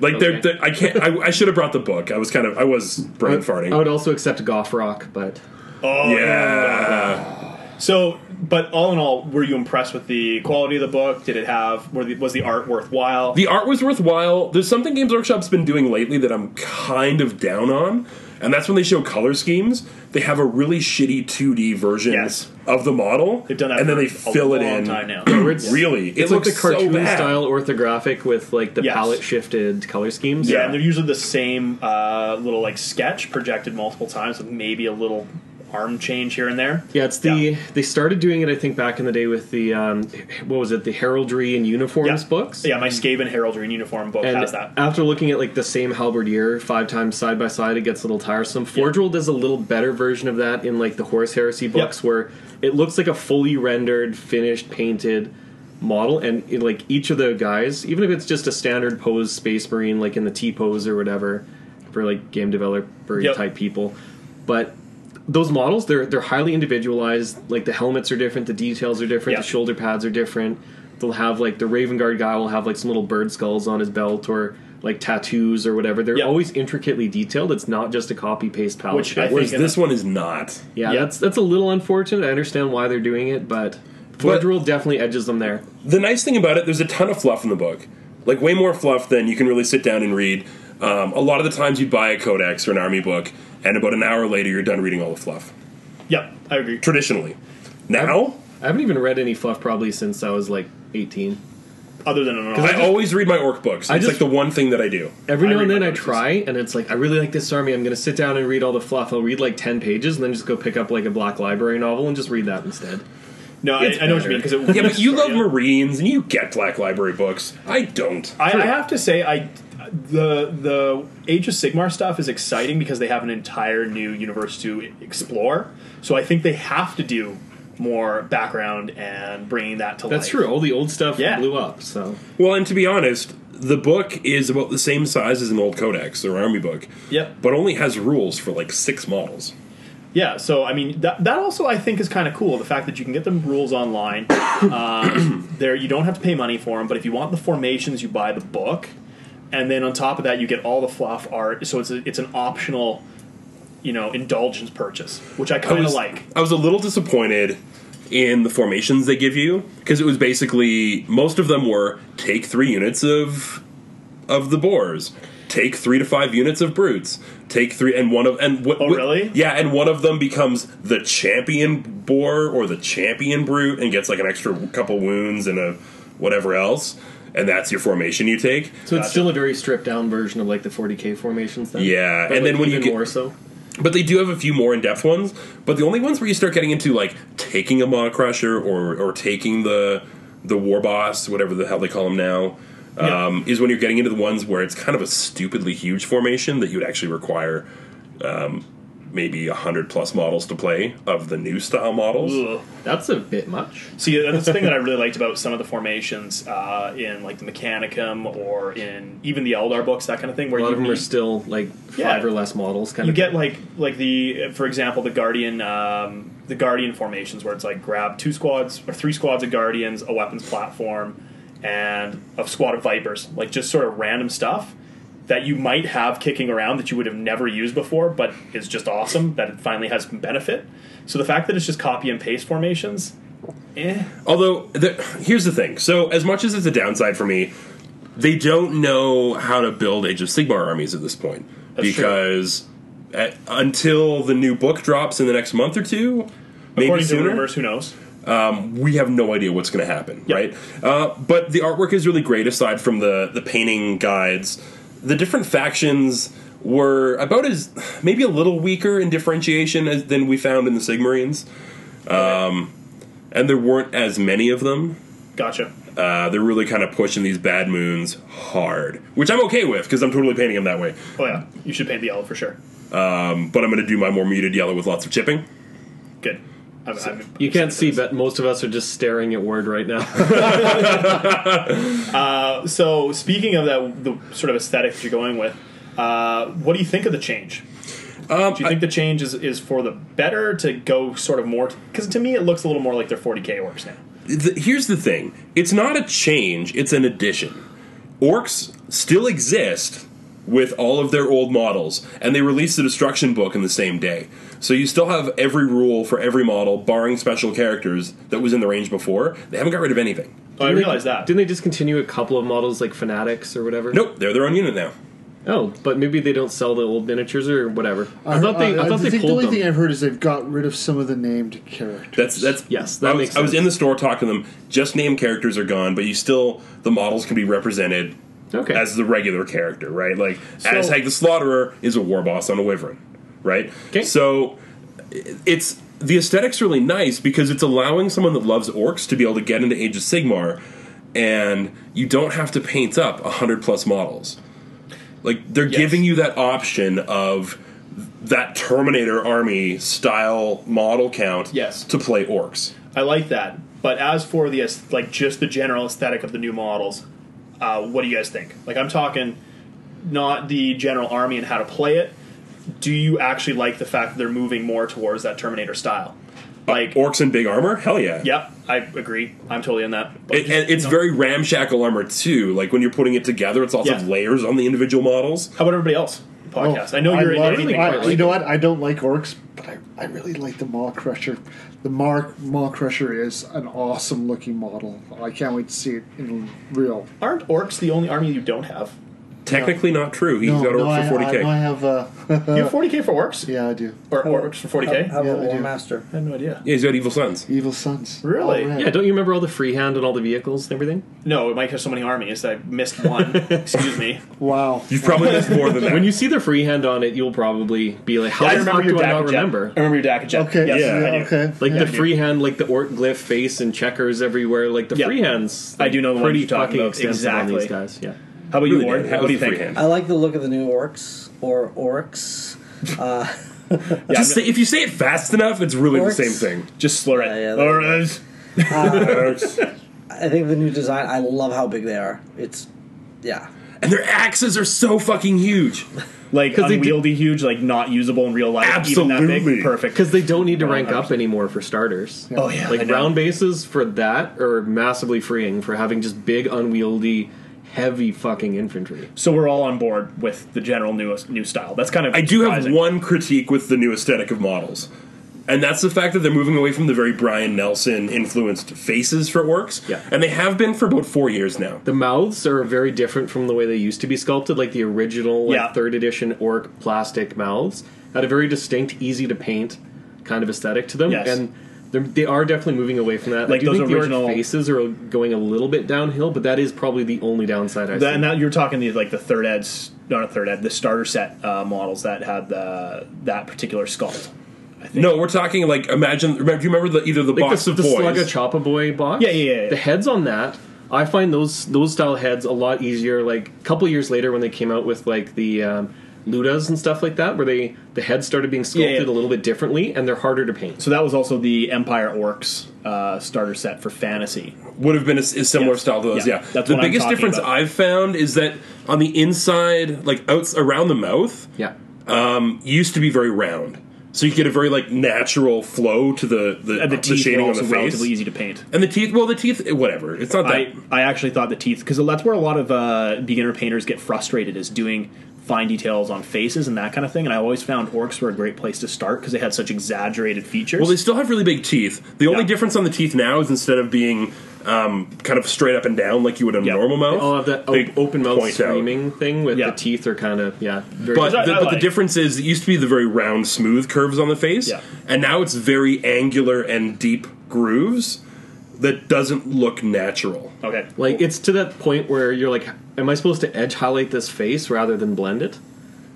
Like they're,
Okay.
they're I can't. I, I should have brought the book. I was kind of I was brain farting.
I would also accept goth rock, but
Oh,
yeah.
So, but all in all, were you impressed with the quality of the book? Did it have? Were the, was the art worthwhile?
The art was worthwhile. There's something Games Workshop's been doing lately that I'm kind of down on, and that's when they show color schemes. They have a really shitty 2D version
Yes.
of the model.
They've done that,
and then
for
they
a
fill it
long
in.
Time now.
*clears throat*
where it's,
Really,
it's
it
like
looks
the cartoon
so bad.
style orthographic with like the
Yes.
palette shifted color schemes.
Yeah, and they're usually the same uh, little like sketch projected multiple times with maybe a little arm change here and there.
Yeah, it's the
Yeah.
they started doing it. I think back in the day with the um, what was it, the heraldry and uniforms books.
Yeah, my Skaven Heraldry and Uniform book
And
has that.
after looking at like the same halberdier five times side by side, it gets a little tiresome. Forge World does a little better version of that in like the Horse Heresy books, where it looks like a fully rendered, finished, painted model, and it, like each of the guys, even if it's just a standard pose Space Marine, like in the T pose or whatever, for like game developer
Yep.
type people, but. Those models, they're they're highly individualized. Like the helmets are different, the details are different,
Yeah.
the shoulder pads are different. They'll have like the Raven Guard guy will have like some little bird skulls on his belt or like tattoos or whatever. They're
Yeah.
always intricately detailed. It's not just a copy paste palette.
Which
shift.
I think-
Whereas this one is not.
yeah,
yeah.
that's that's a little unfortunate. I understand why they're doing it, but Forge
But-
World definitely edges them there.
The nice thing about it, there's a ton of fluff in the book. like way more fluff than you can really sit down and read. Um, a lot of the times you buy a codex or an army book, and about an hour later you're done reading all the fluff.
Yep, I agree.
Traditionally, now
I haven't even read any fluff probably since I was like 18.
Other than an
I, always read my orc books. It's
just-
like the one thing that I do.
Every
I
now and
read
then
my
I
notices.
try, and it's like I really like this army. I'm going to sit down and read all the fluff. I'll read like 10 pages, and then just go pick up like a black library novel and just read that instead.
no, I,
It's
I know what
better.
you mean because it.
Yeah, but you love
Yeah.
Marines and you get Black Library books. I don't.
I, I have to say, I the the Age of Sigmar stuff is exciting because they have an entire new universe to explore. So I think they have to do more background and bringing that to life.
That's true. All the old stuff
Yeah.
blew up. So
Well, and to be honest, the book is about the same size as an old codex or army book,
Yep.
but only has rules for like six models.
Yeah, so I mean that, that also I think is kind of cool. The fact that you can get them rules online, um, there you don't have to pay money for them. But if you want the formations, you buy the book, and then on top of that, you get all the fluff art. So it's a, it's an optional, you know, indulgence purchase, which I kind of
was-
like.
I was a little disappointed in the formations they give you because it was basically most of them were take three units of of the boars, take three to five units of brutes, take three and one of and what?
Oh,
what-
really?
Yeah, and one of them becomes the champion boar or the champion brute and gets like an extra couple wounds and a whatever else, and that's your formation you take.
so it's still a very stripped down version of like the 40k formations. Then.
Yeah,
But,
and
like,
then when you
even
get-
more so.
But they do have a few more in depth ones. But the only ones where you start getting into like taking a Maw Crusher or or taking the the War Boss, whatever the hell they call him now,
Yeah.
um, is when you're getting into the ones where it's kind of a stupidly huge formation that you would actually require um, maybe hundred plus models to play of the new style models.
Ugh.
That's a bit much.
See, uh, that's the thing that I really liked about some of the formations uh, in like the Mechanicum or in even the Eldar books, that kind of thing, where
A lot
you
of them are
need-
still like five
Yeah.
or less models. Kind
Mm-hmm. you
of
get
thing.
like like the for example the guardian um, the guardian formations where it's like grab two squads or three squads of guardians a weapons platform and a squad of vipers like just sort of random stuff that you might have kicking around that you would have never used before but is just awesome that it finally has some benefit so the fact that it's just copy and paste formations eh.
Although, the, here's the thing. So, as much as it's a downside for me, they don't know how to build Age of Sigmar armies at this point.
That's true.
because at, until the new book drops in the next month or two, maybe
according to
sooner,
rumors who knows
we have no idea what's going to happen, right? Uh, but the artwork is really great aside from the, the painting guides. The different factions were about as maybe a little weaker in differentiation as, than we found in the Sigmarines. Um, and there weren't as many of them.
gotcha
Uh, they're really kind of pushing these bad moons hard, which I'm okay with because I'm totally painting them that way.
oh yeah you should paint the yellow for sure
But I'm going to do my more muted yellow with lots of chipping.
good I'm, I'm-
You can't see, but most of us are just staring at Word right *laughs* now.
So speaking of that, the sort of aesthetic that you're going with, uh, what do you think of the change?
Um,
do you think the change is, is for the better to go sort of more? Because to me, it looks a little more like their 40k works now.
The, here's the thing: it's not a change; it's an addition. Orcs still exist with all of their old models, and they released the destruction book in the same day. So you still have every rule for every model, barring special characters that was in the range before. They haven't got rid of anything.
Oh, I realize that.
Didn't they discontinue a couple of models like Fanatics or whatever?
Nope, they're their own unit now.
Oh, but maybe they don't sell the old miniatures or whatever.
Uh,
I, thought they. I, thought they
think Uh, the
pulled
only
them.
thing I've heard is they've got rid of some of the named characters.
That's that's
Yes, that
I was,
makes
I was
sense.
in the store talking to them. Just name characters are gone, but you still the models can be represented
okay.
as the regular character, right? Like
So-
as Hag the Slaughterer is a war boss on a wyvern, right?
'Kay.
So i- it's the aesthetic's really nice because it's allowing someone that loves orcs to be able to get into Age of Sigmar, and you don't have to paint up hundred plus models. Like they're
Yes.
giving you that option of that Terminator army style model count
Yes.
to play orcs.
I like that. But as for the aes- like just the general aesthetic of the new models, uh, what do you guys think? Like I'm talking not the general army and how to play it. Do you actually like the fact that they're moving more towards that Terminator style?
Uh,
Like,
Orcs in big armor? Hell yeah.
yep, I agree. I'm totally in that. But
It, and it's very ramshackle armor too. Like when you're putting it together, it's lots
Yeah.
of layers on the individual models.
How about everybody else? podcast. I know you're
love-
into anything.
Oh, I-
quite
you
like
know
it.
what? I don't like orcs, but I, I really like the Maw Crusher. The Maw, Maw Crusher is an awesome looking model. I can't wait to see it in real.
Aren't orcs the only army you don't have?
Technically not true. He's
no,
got
no,
orcs
I,
for
I, no, I
40k.
have. Uh, *laughs*
You have 40k for orcs?
yeah, I do.
Or orcs for 40k?
How
Yeah,
about
I
War
do.
Master?
I had no idea.
Yeah, he's got evil sons.
Evil Sons. Oh,
Really?
All right.
Yeah, don't you remember all the freehand and all the vehicles and everything?
No, it might have so many armies. I missed one. Excuse
*laughs*
me.
Wow.
You've probably missed more than that.
When you see the freehand on it, you'll probably be like, "How
I
the
remember
fuck
your
do I
Daca
not
jet.
remember?"
I remember your Daca jet.
Okay.
Yes,
Yeah.
I do.
okay.
Like
yeah.
the freehand, like the orc glyph face and checkers everywhere. Like the
Yeah.
freehands,
I
like,
do know the one
pretty
you're talking
fucking
about.
extensive on these
Exactly.
guys. Yeah,
How about you,
Really
Ward?
did. That
What
was
do you think?
freehand.
I like the look of the new orcs or orcs. Uh,
Yeah,
Just
I'm-
say, if you say it fast enough, it's really
Orcs.
the same thing.
just slur it.
Yeah, yeah,
Or,
that-
uh,
Orcs.
I think the new design. I love how big they are. It's yeah.
and their axes are so fucking huge.
like
'Cause they
unwieldy, huge, like not usable in real life. Even that
Absolutely.
big, perfect.
because they don't need to rank up anymore for starters.
oh yeah, I
Like
know.
round bases for that are massively freeing for having just big, unwieldy, heavy fucking infantry.
So we're all on board with the general new new style. That's kind of
I do have
surprising.
one critique with the new aesthetic of models, and that's the fact that they're moving away from the very Brian Nelson influenced faces for orcs.
Yeah.
And they have been for about four years now.
The mouths are very different from the way they used to be sculpted. Like the original, like,
Yeah.
third edition orc plastic mouths had a very distinct, easy to paint kind of aesthetic to them,
Yes.
and they're, they are definitely moving away from that. I
Like
do
those
think the
original-
orc faces are going a little bit downhill, but that is probably the only downside I
That,
see.
and that you're talking the like the third ed's not a third ed, the starter set uh, models that had the that particular sculpt.
No, we're talking like imagine. Remember, do you remember the, either the
like
box
the,
of
the
boys?
Slugga Choppa Boy box.
Yeah, yeah, yeah, yeah.
The heads on that, I find those those style heads a lot easier. Like a couple years later, when they came out with like the um, Ludas and stuff like that, where they the heads started being sculpted
Yeah, Oh, yeah.
a little bit differently, and they're harder to paint.
So that was also the Empire Orcs uh, starter set for fantasy.
would have been a, s- a similar
Yes.
style to those.
Yeah.
Yeah,
That's
the
what I'm
biggest
talking
difference
about.
I've found is that on the inside, like outs around the mouth,
Yeah.
um, used to be very round. So you get a very like natural flow to the the,
And Uh, the
the
teeth were
shading on
also
the face.
relatively easy to paint.
And the teeth, well, the teeth, eh, whatever. It's not that.
I, I actually thought the teeth because that's where a lot of uh, beginner painters get frustrated is doing fine details on faces and that kind of thing. And I always found orcs were a great place to start because they had such exaggerated features.
well, they still have really big teeth. The only
Yeah.
difference on the teeth now is instead of being um, kind of straight up and down like you would in
Yeah.
a normal mouth,
All of that
they
op- open mouth
point out.
screaming thing with
Yeah.
the teeth are kind of yeah. Very
But,
I-
the,
I
but
like.
the difference is it used to be the very round, smooth curves on the face,
Yeah.
and now it's very angular and deep grooves that doesn't look natural.
okay,
like it's to that point where you're like, am I supposed to edge highlight this face rather than blend it?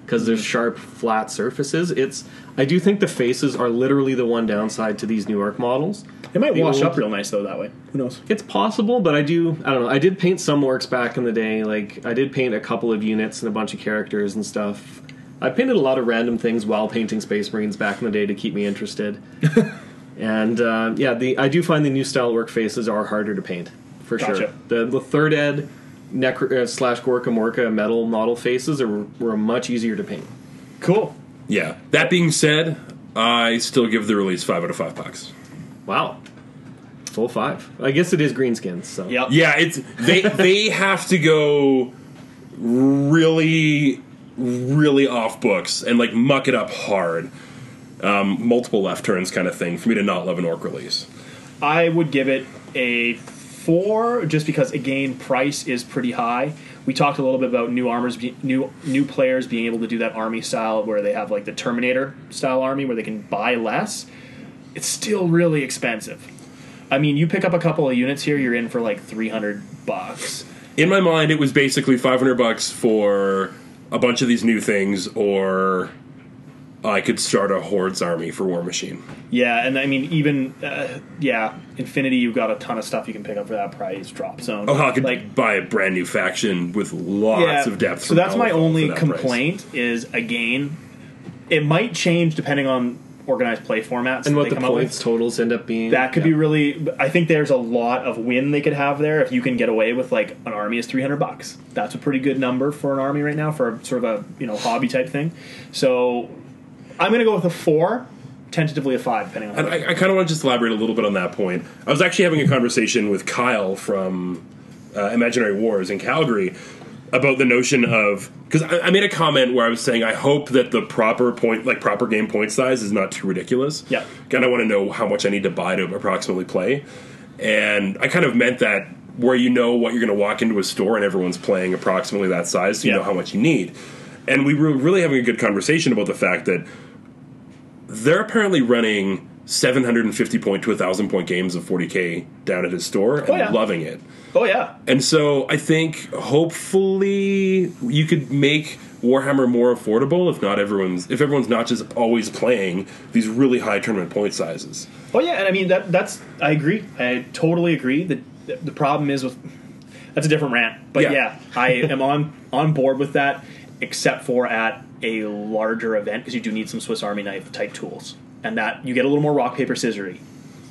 Because there's sharp, flat surfaces. It's I do think the faces are literally the one downside to these New York models.
it might
the
wash
old-
up real nice though that way. Who knows?
It's possible, but I do. I don't know. I did paint some works back in the day. Like I did paint a couple of units and a bunch of characters and stuff. I painted a lot of random things while painting Space Marines back in the day to keep me
*laughs*
interested. and uh, yeah, the I do find the new style work faces are harder to paint for sure.
Gotcha.
The the third ed necro uh, slash Gorka Morka metal model faces are were much easier to paint.
Cool.
Yeah. That being said, I still give the release five out of five pucks.
Wow, full five. I guess it is greenskins. So
Yep.
Yeah, it's
*laughs*
they they have to go really really off books and like muck it up hard. Um, multiple left turns kind of thing for me to not love an orc release.
I would give it a four, just because again, price is pretty high. We talked a little bit about new armors, be- new new players being able to do that army style where they have like the Terminator style army where they can buy less. It's still really expensive. I mean, you pick up a couple of units here, you're in for like three hundred bucks.
In my mind, it was basically 500 bucks for a bunch of these new things, or I could start a Hordes army for War Machine.
Yeah, and I mean, even uh, yeah, Infinity, you've got a ton of stuff you can pick up for that price. Drop Zone,
Oh, I could buy a brand new faction with lots of depth.
So
from
that's my
Malifaux for
only
that price.
complaint is again, it might change depending on organized play formats
And
that
what
they
the
come up with.
points totals end up being.
That could
Yeah.
be really. I think there's a lot of win they could have there if you can get away with like an army is 300 bucks. That's a pretty good number for an army right now for a, sort of a you know hobby type thing. So I'm gonna go with a four, tentatively a five, depending on.
And I, I kind of want to just elaborate a little bit on that point. I was actually having a conversation with Kyle from uh, Imaginary Wars in Calgary, about the notion of because I, I made a comment where I was saying I hope that the proper point, like proper game point size, is not too ridiculous.
Yep.
kind of want to know how much I need to buy to approximately play, and I kind of meant that where you know what you're going to walk into a store and everyone's playing approximately that size, so you
Yeah.
know how much you need. And we were really having a good conversation about the fact that they're apparently running 750 point to 1,000 point games of 40K down at his store and
Oh, yeah.
loving it.
Oh yeah,
And so I think hopefully you could make Warhammer more affordable if not everyone's if everyone's not just always playing these really high tournament point sizes.
Oh yeah, and I mean that. That's I agree. I totally agree. That the problem is with that's a different rant, but
Yeah.
yeah, I am on on board with that, except for at a larger event because you do need some Swiss Army knife type tools, and that you get a little more rock paper scissory.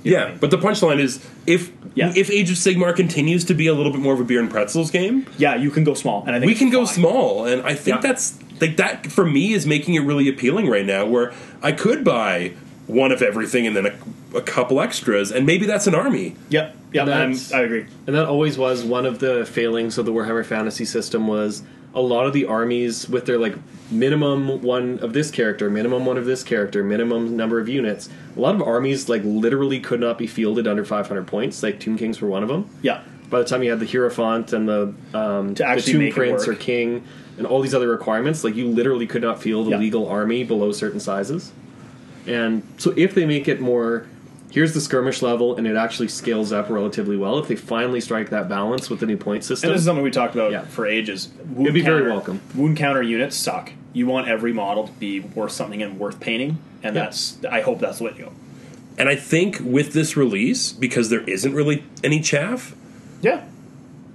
yeah, but the punchline is if
Yeah.
if Age of Sigmar continues to be a little bit more of a beer and pretzels game,
Yeah, you can go small, and I think
we
it's
can go
fine.
small and i think
Yeah.
that's like that for me is making it really appealing right now where i could buy one of everything and then a, a couple extras and maybe that's an army
Yep, yep, I'm,
That's-
I agree.
And that always was one of the failings of the Warhammer Fantasy system was a lot of the armies with their like minimum one of this character, minimum one of this character, minimum number of units. A lot of armies like literally could not be fielded under 500 points. Like Tomb Kings were one of them.
Yeah,
By the time you had the Hierophant and the um,
To
the
actually
Tomb
make it
Prince or
work.
King and all these other requirements, like you literally could not field a
Yeah.
legal army below certain sizes. And so if they make it more here's the skirmish level and it actually scales up relatively well, if they finally strike that balance with the new point
and
system.
this is something we talked about
Yeah.
for ages. Wound
It'd be very welcome.
Wound counter units suck. You want every model to be worth something and worth painting, and
Yeah.
that's I hope that's the way to go.
and i think with this release because there isn't really any chaff
Yeah,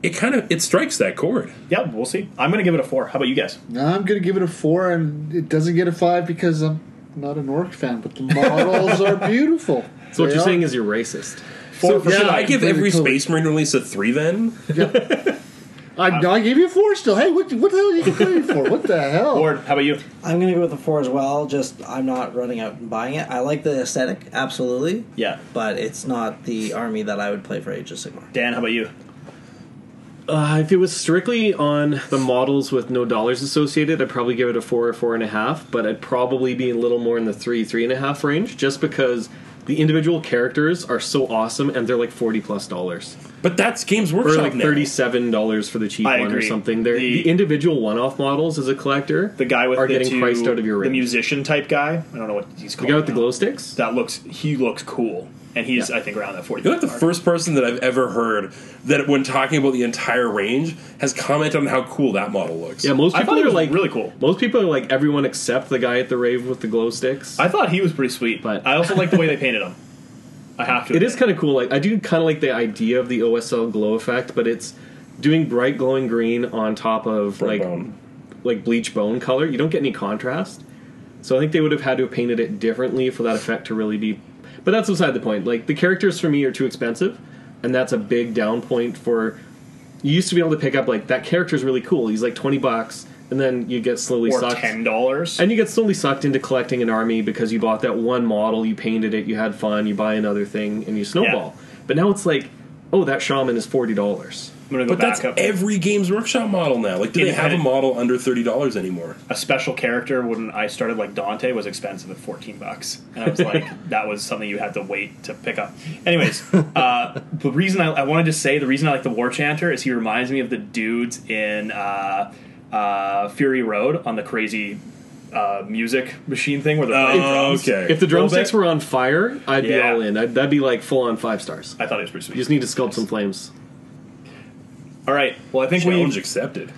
it kind of it strikes that chord
yeah, we'll see. I'm gonna give it a four. How about you guys?
I'm gonna give it a four, and it doesn't get a five because I'm not an orc fan. But the models are beautiful.
so what
They
you're
are.
saying is you're racist.
so
Four for
should
sure.
i give
completely
every
totally.
space marine release a three then
I, no, I gave you a four still. Hey, what, what the hell are you complaining for? What the hell?
Lord, how about you?
I'm gonna go with the four as well. Just I'm not running out and buying it. I like the aesthetic, absolutely.
Yeah.
But it's not the army that I would play for Age of Sigmar.
Dan, how about you?
Uh, if it was strictly on the models with no dollars associated, I'd probably give it a four or four and a half, but I'd probably be a little more in the three, three and a half range just because the individual characters are so awesome and they're like 40 plus dollars
but that's games
or
workshop
like
now.
37 dollars for the cheap
I
one or
agree.
something. They're, the,
The-
individual one off models as a collector
The guy with
are
the
getting
two,
priced out of your
the
range.
musician type guy. I don't know what he's
the
called.
guy with the
now.
glow sticks?
That looks. He looks cool, and he's
Yeah.
I think around that forty.
You're like the
mark.
first person that I've ever heard that, when talking about the entire range, has commented on how cool that model looks.
Yeah, most
I
people
thought it
are
was
like
really cool.
Most people are like everyone except the guy at the rave with the glow sticks.
I thought he was pretty sweet,
But-
but I also like the way they painted him. I have to.
*laughs* it is kind of cool. Like I do kind of like the idea of the OSL glow effect, but it's doing bright glowing green on top of
Burn
like
bone.
like bleach bone color. You don't get any contrast. So I think they would have had to have painted it differently for that effect to really be. But that's beside the point. Like the characters for me are too expensive, and that's a big down point for. You used to be able to pick up like that character's really cool. He's like twenty bucks, and then you get slowly
or
sucked.
ten dollars.
And you get slowly sucked into collecting an army because you bought that one model, you painted it, you had fun, you buy another thing, and you snowball. But now it's like, oh, that shaman is forty dollars.
I'm gonna go
But
back
that's
up.
every Games Workshop model now. Like, do they have a
Independent-
model under thirty dollars anymore?
a special character when I started like Dante was expensive at 14 bucks and I was like that was something you had to wait to pick up anyways uh, the reason I, I wanted to say the reason I like the war chanter is he reminds me of the dudes in uh, uh, Fury Road on the crazy uh, music machine thing where they're playing drums
okay.
If the drumsticks
Little
were on fire, I'd be
Yeah.
all in. I'd, that'd be like full on five stars.
I thought it was pretty
You
sweet
just need to sculpt some flames.
alright well I think
Challenge
we
accepted.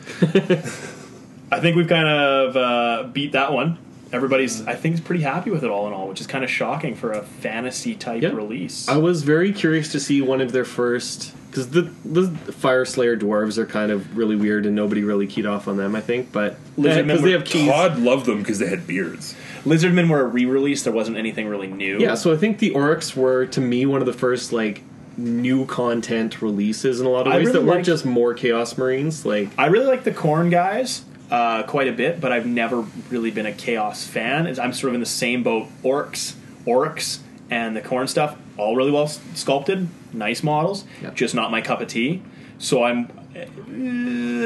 I think we've kind of uh, beat that one everybody's I think is pretty happy with it all in all which is kind of shocking for a fantasy type
Yeah.
release
I was very curious to see one of their first because the the Fire Slayer dwarves are kind of really weird and nobody really keyed off on them. I think, but
Lizard
because they
member
have keys.
Todd loved them because they had beards.
Lizardmen were a re-release. There wasn't anything really new.
Yeah, so I think the Oryx were to me one of the first like new content releases in a lot of
I
ways
really
that weren't
liked-
just more Chaos Marines. Like
I really like the Corn guys uh, quite a bit, but I've never really been a Chaos fan. It's- I'm sort of in the same boat. Orcs, Orcs, and the Corn stuff all really well s- sculpted, nice models.
Yeah.
Just not my cup of tea. So I'm eh,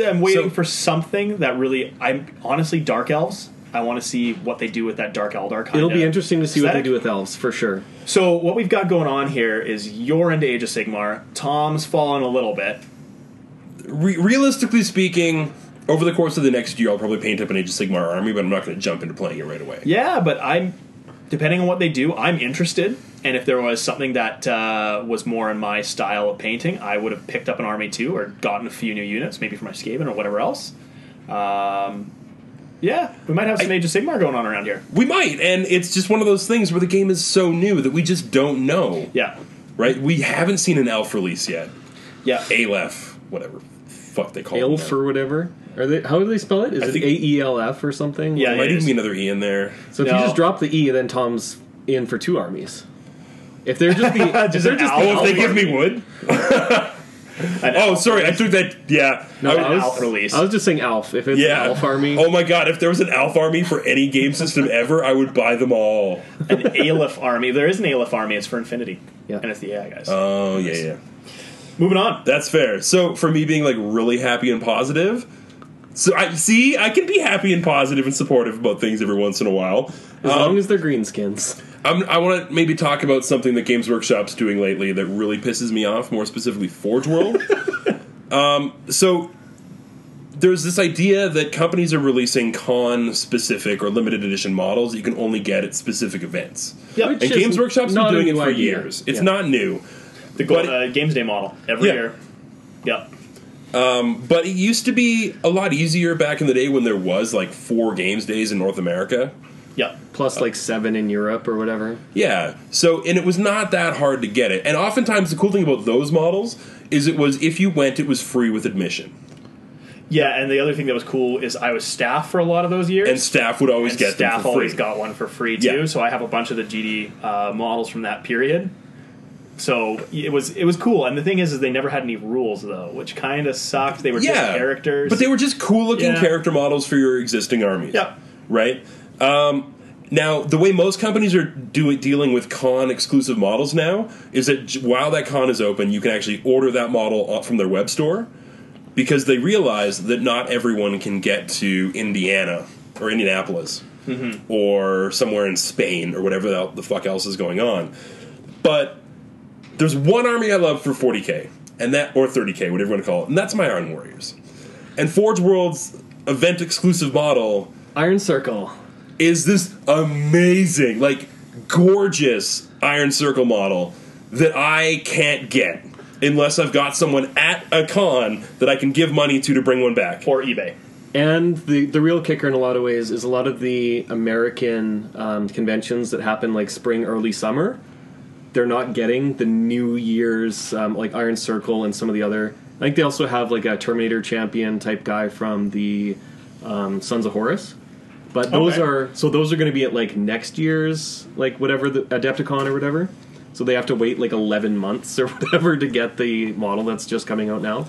I'm waiting
So-
for something that really. I'm honestly dark elves. I want to see what they do with that dark eldar. Kinda.
It'll be interesting to see what they
aesthetic.
do with elves for sure.
So what we've got going on here is you're into Age of Sigmar. Tom's fallen a little bit.
Re- realistically speaking, over the course of the next year, I'll probably paint up an Age of Sigmar army, but I'm not going to jump into playing it right away.
Yeah, but I'm depending on what they do, I'm interested. And if there was something that uh, was more in my style of painting, I would have picked up an army too, or gotten a few new units, maybe for my Skaven or whatever else. Um, yeah, we might have some Age of Sigmar going on around here.
We might, and it's just one of those things where the game is so new that we just don't know.
Yeah,
Right? We haven't seen an elf release yet.
yeah.
Aleph, whatever fuck
Oh,
they call it.
Elf or whatever. Are they? How do they spell it? Is
I
it
think-
A E L F or something?
Yeah.
There might
it is.
even be another E in there.
So if
No.
you just drop the E, then Tom's in for two armies. If they're just
*laughs*
the if
Just
they're
an
just
owl.
the
Oh, if they give
Elf
me wood. oh, sorry, I took that. Yeah.
no,
An
I was,
elf release.
I was just saying Alf. If it's
yeah.
an Alf army,
Oh my god, if there was an Alf army for any game system ever, I would buy them all.
An Aleph *laughs* army. There is an Aleph army. It's for Infinity.
Yeah.
and it's the AI guys.
Oh, yeah, yeah.
Moving on.
That's fair. So for me being like really happy and positive, so I see I can be happy and positive and supportive about things every once in a while. Um,
as
um,
long as they're greenskins.
I'm, I want to maybe talk about something that Games Workshop's doing lately that really pisses me off. More specifically, Forge World. um, so there's this idea that companies are releasing con-specific or limited edition models that you can only get at specific events.
Yeah,
Which
And
is
Games Workshop's been
not a
doing it
new
for
idea.
years. It's
Yeah.
not new.
the gold,
but-
uh, Games Day model every
Yeah.
year. Yep.
But it used to be a lot easier back in the day when there was like four games days in North America.
Yep.
plus like seven in Europe or whatever.
Yeah. So and it was not that hard to get it. And oftentimes the cool thing about those models is it was if you went it was free with admission.
Yeah, and the other thing that was cool is I was staff for a lot of those years.
And staff would always
And
get
staff
them for free.
always got one for free too.
Yeah.
So I have a bunch of the GD uh, models from that period. So it was it was cool, and the thing is, is they never had any rules though, which kind of sucked. They were just
yeah.
characters,
But they were just cool looking
Yeah.
character models for your existing armies.
Yep.
Right? Um now, the way most companies are doing dealing with con exclusive models now is that j- while that con is open, you can actually order that model off from their web store because they realize that not everyone can get to Indiana or Indianapolis or somewhere in Spain or whatever the, the fuck else is going on. But there's one army I love for 40k, and that or 30k, whatever you want to call it, and that's my Iron Warriors. And Forge World's event exclusive model
Iron Circle.
is this amazing, like gorgeous Iron Circle model that I can't get unless I've got someone at a con that I can give money to to bring one back.
or eBay.
And the, the real kicker in a lot of ways is a lot of the American um, conventions that happen like spring, early summer, they're not getting the New Year's um, like Iron Circle and some of the other. I think they also have like a Terminator champion type guy from the um, Sons of Horus. But those
Okay.
are so those are going to be at like next year's like whatever the Adepticon or whatever. So they have to wait like eleven months *laughs* or whatever to get the model that's just coming out now.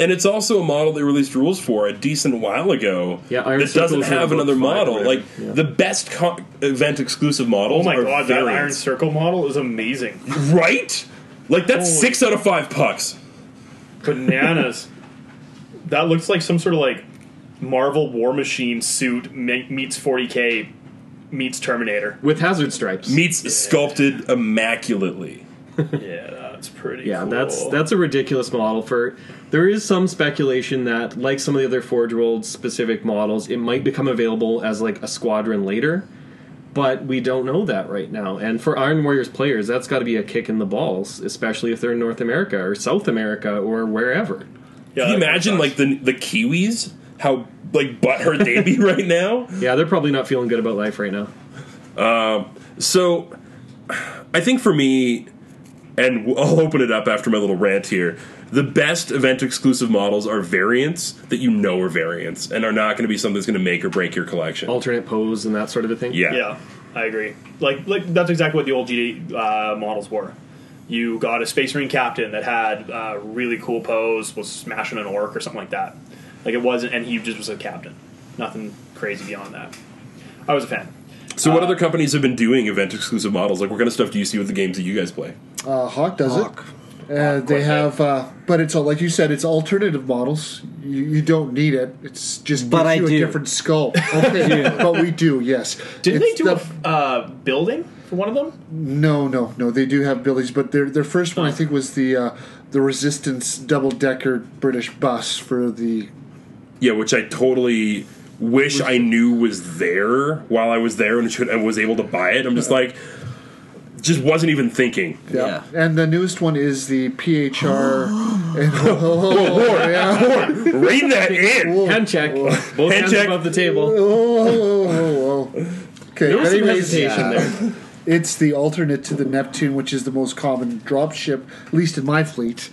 And it's also a model they released rules for a decent while ago.
Yeah, Iron
that doesn't
Circle's in
have
book
another
five or
model.
whatever.
Like
Yeah.
the best co- event exclusive models.
Oh my
are
god, that Iron
variants.
Circle model is amazing,
right? Like that's
Holy-
six out of five pucks.
bananas. *laughs* that looks like some sort of like Marvel War Machine suit me- meets 40k meets Terminator.
With hazard stripes.
Meets sculpted immaculately.
yeah, that's pretty.
Yeah,
cool.
that's that's a ridiculous model for. There is some speculation that, like some of the other Forge World specific models, it might become available as like a squadron later, but we don't know that right now. And for Iron Warriors players, that's got to be a kick in the balls, especially if they're in North America or South America or wherever.
Yeah,
Can you
that
imagine
sucks.
like the the Kiwis how like butthurt they be *laughs* right now?
Yeah, they're probably not feeling good about life right now.
So, I think for me, and w- I'll open it up after my little rant here. The best event exclusive models are variants that you know are variants and are not going to be something that's going to make or break your collection.
Alternate pose and that sort of a thing.
yeah.
Yeah, I agree. Like, like that's exactly what the old GD uh, models were. You got a Space Marine captain that had uh, really cool pose, was smashing an orc or something like that. Like it wasn't, and he just was a captain. Nothing crazy beyond that. I was a fan.
So, what other companies have been doing event exclusive models? Like, what kind of stuff do you see with the games that you guys play?
Uh, Hawk does
Hawk.
it. Uh, they have, uh, but it's all like you said. It's alternative models. You, you don't need it. It's just
But
gives
I
you
do.
a different
*laughs*
skull. Okay, but we do. Yes.
Didn't
It's
they do
the-
a f- uh, building for one of them?
No, no, no. They do have Billy's, but their their first one I think was the uh, the Resistance double decker British bus for the
Yeah, which I totally wish I knew was there while I was there and should, I was able to buy it. I'm just like, just wasn't even thinking.
yeah. And the newest one is
*gasps*
the *laughs* PHR. and, yeah.
Rein that in.
Hand check. Both
Hand
hands
check.
above the table.
Oh, oh, oh, oh, oh. Okay.
There was some
anyways,
hesitation there.
It's the alternate to the Neptune, which is the most common dropship, at least in my fleet,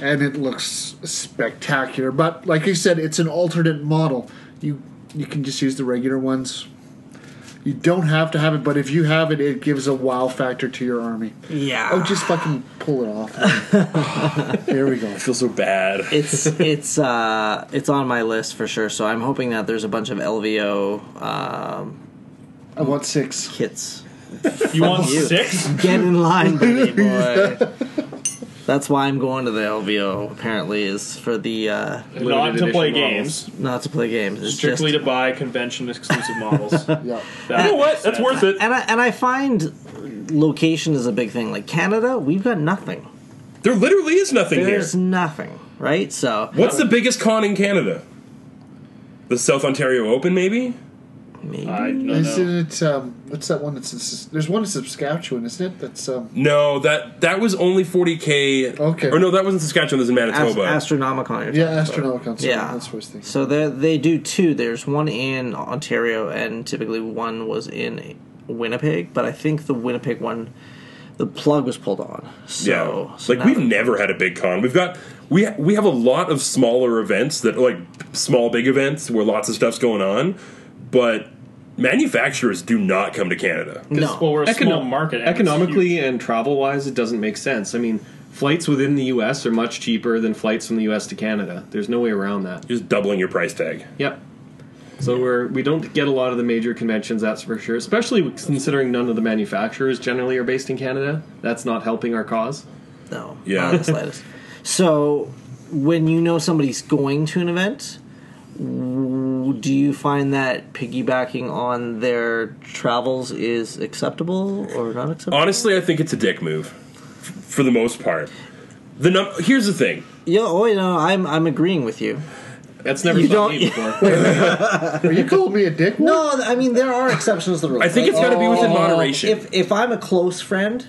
and it looks spectacular. But like I said, it's an alternate model. You you can just use the regular ones. You don't have to have it, but if you have it, it gives a wow factor to your army.
Yeah.
Oh, just fucking pull it
*laughs*
off. there we go.
I feel so bad.
it's it's uh it's on my list for sure. So I'm hoping that there's a bunch of LVO um,
I want six.
kits.
You want
you.
six?
Get in
*laughs*
line, baby boy. That's why I'm going to the LVO. Apparently, is for the uh,
Not to
edition
play
models.
games,
not to play games. It's
strictly
just,
to buy convention exclusive models.
Yeah.
That-
You know what? That's worth it.
and I and I find location is a big thing. Like Canada, we've got nothing.
There literally is nothing here.
There's nothing, right? So
What's the biggest con in Canada? The South Ontario Open, maybe?
maybe
I don't know.
Isn't it? Um, what's that one? That's in, Sus- there's one in Saskatchewan, isn't it? That's um,
No, that that was only 40k.
Okay.
Or no, that was in Saskatchewan. That was in
Ast-
Manitoba.
Astronomicon. you're
yeah,
talking about.
Astronomicon. sorry,
Yeah.
that's what I was thinking.
So there, they do two. There's one in Ontario, and typically one was in Winnipeg. But I think the Winnipeg one, the plug was pulled on. So,
yeah.
so
like
now
we've
that-
never had a big con. We've got we ha- we have a lot of smaller events that are like small big events where lots of stuff's going on, but manufacturers do not come to Canada.
no.
Well, we're a small
Econo-
market. and it's
economically
huge.
and travel wise, it doesn't make sense. I mean, flights within the U.S. are much cheaper than flights from the U.S. to Canada. There's no way around that.
You're just doubling your price tag.
Yep. So we're we don't get a lot of the major conventions, that's for sure. Especially considering none of the manufacturers generally are based in Canada. That's not helping our cause.
No,
Yeah.
not in the slightest. so, when you know somebody's going to an event, w- do you find that piggybacking on their travels is acceptable or not acceptable?
Honestly, I think it's a dick move f- for the most part. The num- here's the thing.
yeah, oh, you know, I'm I'm agreeing with you.
That's never
You
stopped
don't- *laughs*
me before.
Are you calling me a dick?
No, I mean there are exceptions to the rule.
I think it's got to be within moderation.
If if I'm a close friend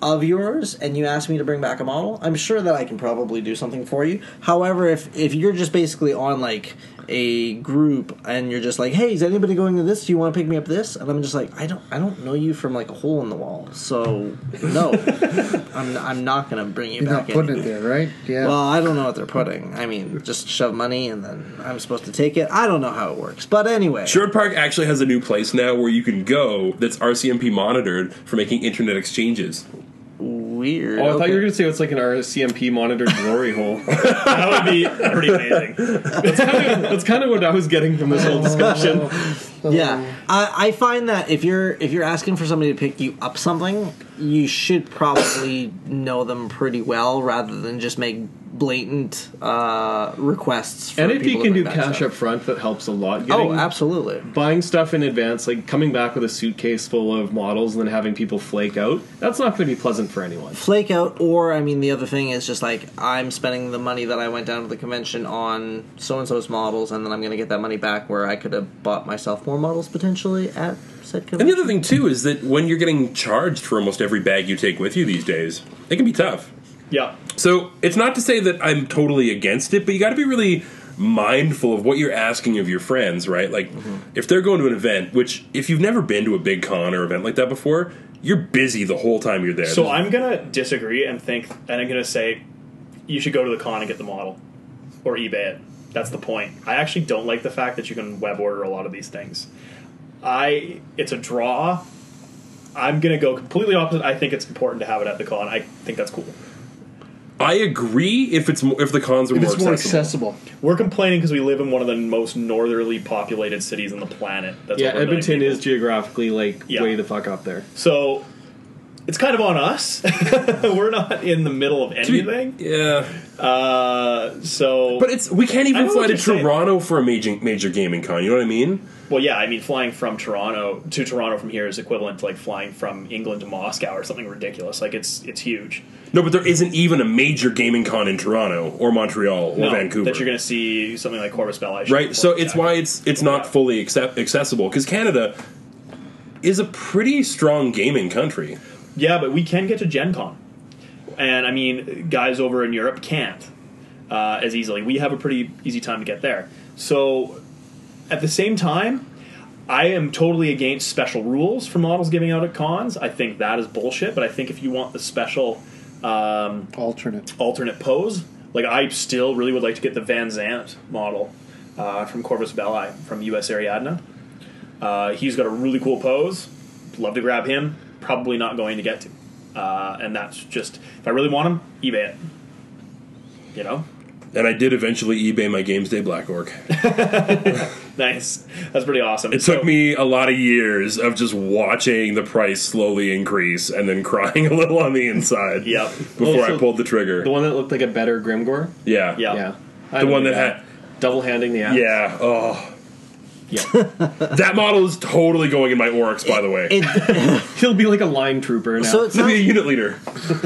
of yours and you ask me to bring back a model, I'm sure that I can probably do something for you. However, if if you're just basically on like a group and you're just like, "Hey, is anybody going to this? Do you want to pick me up this?" and I'm just like, "I don't I don't know you from like a hole in the wall."
*laughs*
So, no. I'm I'm not going to bring you
You're
back
not putting
anything.
it there, right? Yeah.
Well, I don't know what they're putting. I mean, just shove money and then I'm supposed to take it. I don't know how it works. But anyway.
Sherwood Park actually has a new place now where you can go that's RCMP monitored for making internet exchanges.
Weird.
Oh, I thought
Okay.
you were going to say it's like an RCMP monitored glory hole. *laughs*
that would be pretty amazing.
That's kind of what I was getting from this
*laughs*
whole discussion.
Mm.
Yeah, I, I find that if you're if you're asking for somebody to pick you up something, you should probably know them pretty well rather than just make blatant uh, requests. For
NAP
people to
can
bring
do
back
cash
stuff.
up front. That helps a lot.
Oh,
Getting-
absolutely.
Buying stuff in advance, like coming back with a suitcase full of models and then having people flake out, that's not going to be pleasant for anyone.
Flake out, or I mean, the other thing is just like I'm spending the money that I went down to the convention on so and so's models, and then I'm going to get that money back where I could have bought myself more models potentially at said convention.
And the other thing too is that when you're getting charged for almost every bag you take with you these days, it can be tough.
*laughs* Yeah.
So it's not to say that I'm totally against it, but you got to be really mindful of what you're asking of your friends, right? Like
Mm-hmm.
if they're going to an event, which if you've never been to a big con or event like that before, you're busy the whole time you're there.
So I'm gonna disagree and think, and I'm gonna say, you should go to the con and get the model, or eBay it. That's the point. I actually don't like the fact that you can web order a lot of these things. I it's a draw. I'm gonna go completely opposite. I think it's important to have it at the con. I think that's cool.
I agree if it's more, if the cons are
if
more,
it's more
accessible.
accessible.
We're complaining because we live in one of the most northerly populated cities on the planet. That's
Yeah,
over a million
Edmonton
people.
is geographically like
Yeah.
way the fuck up there.
So it's kind of on us. *laughs* We're not in the middle of anything.
Yeah,
Uh, so,
but it's we can't
I
even
know
fly
what
to
you're saying.
Toronto for a major major gaming con. You know what I mean?
well, yeah, I mean, flying from Toronto to Toronto from here is equivalent to like flying from England to Moscow or something ridiculous. Like it's it's huge.
No, but there isn't even a major gaming con in Toronto or Montreal or
No,
Vancouver.
that you're going to see something like Corvus Belli.
right? So it's
why.
why it's it's not fully accept, accessible because Canada is a pretty strong gaming country.
Yeah, but we can get to Gen Con. And I mean, guys over in Europe can't uh, as easily. We have a pretty easy time to get there. So at the same time, I am totally against special rules for models giving out at cons. I think that is bullshit, but I think if you want the special um,
Alternate.
alternate pose, like I still really would like to get the Van Zant model uh, from Corvus Belli from US Ariadna. Uh, he's got a really cool pose. Love to grab him. Probably not going to get to. Uh, and that's just if I really want him, eBay it. You know, *laughs*
And I did eventually eBay my Games Day Black Orc.
nice. That's pretty awesome.
It took me a lot of years of just watching the price slowly increase and then crying *laughs* a little on the inside.
Yep.
Before
Well, Oh, so
I pulled the trigger.
The one that looked like a better Grimgore.
yeah.
Yeah.
Yeah, I
The one
remember
that had.
double handing the axe.
Yeah. Oh.
yeah.
*laughs* That model is totally going in my Oryx, by the way.
It,
He'll be like a line trooper now.
so it's
to be a
not,
unit leader.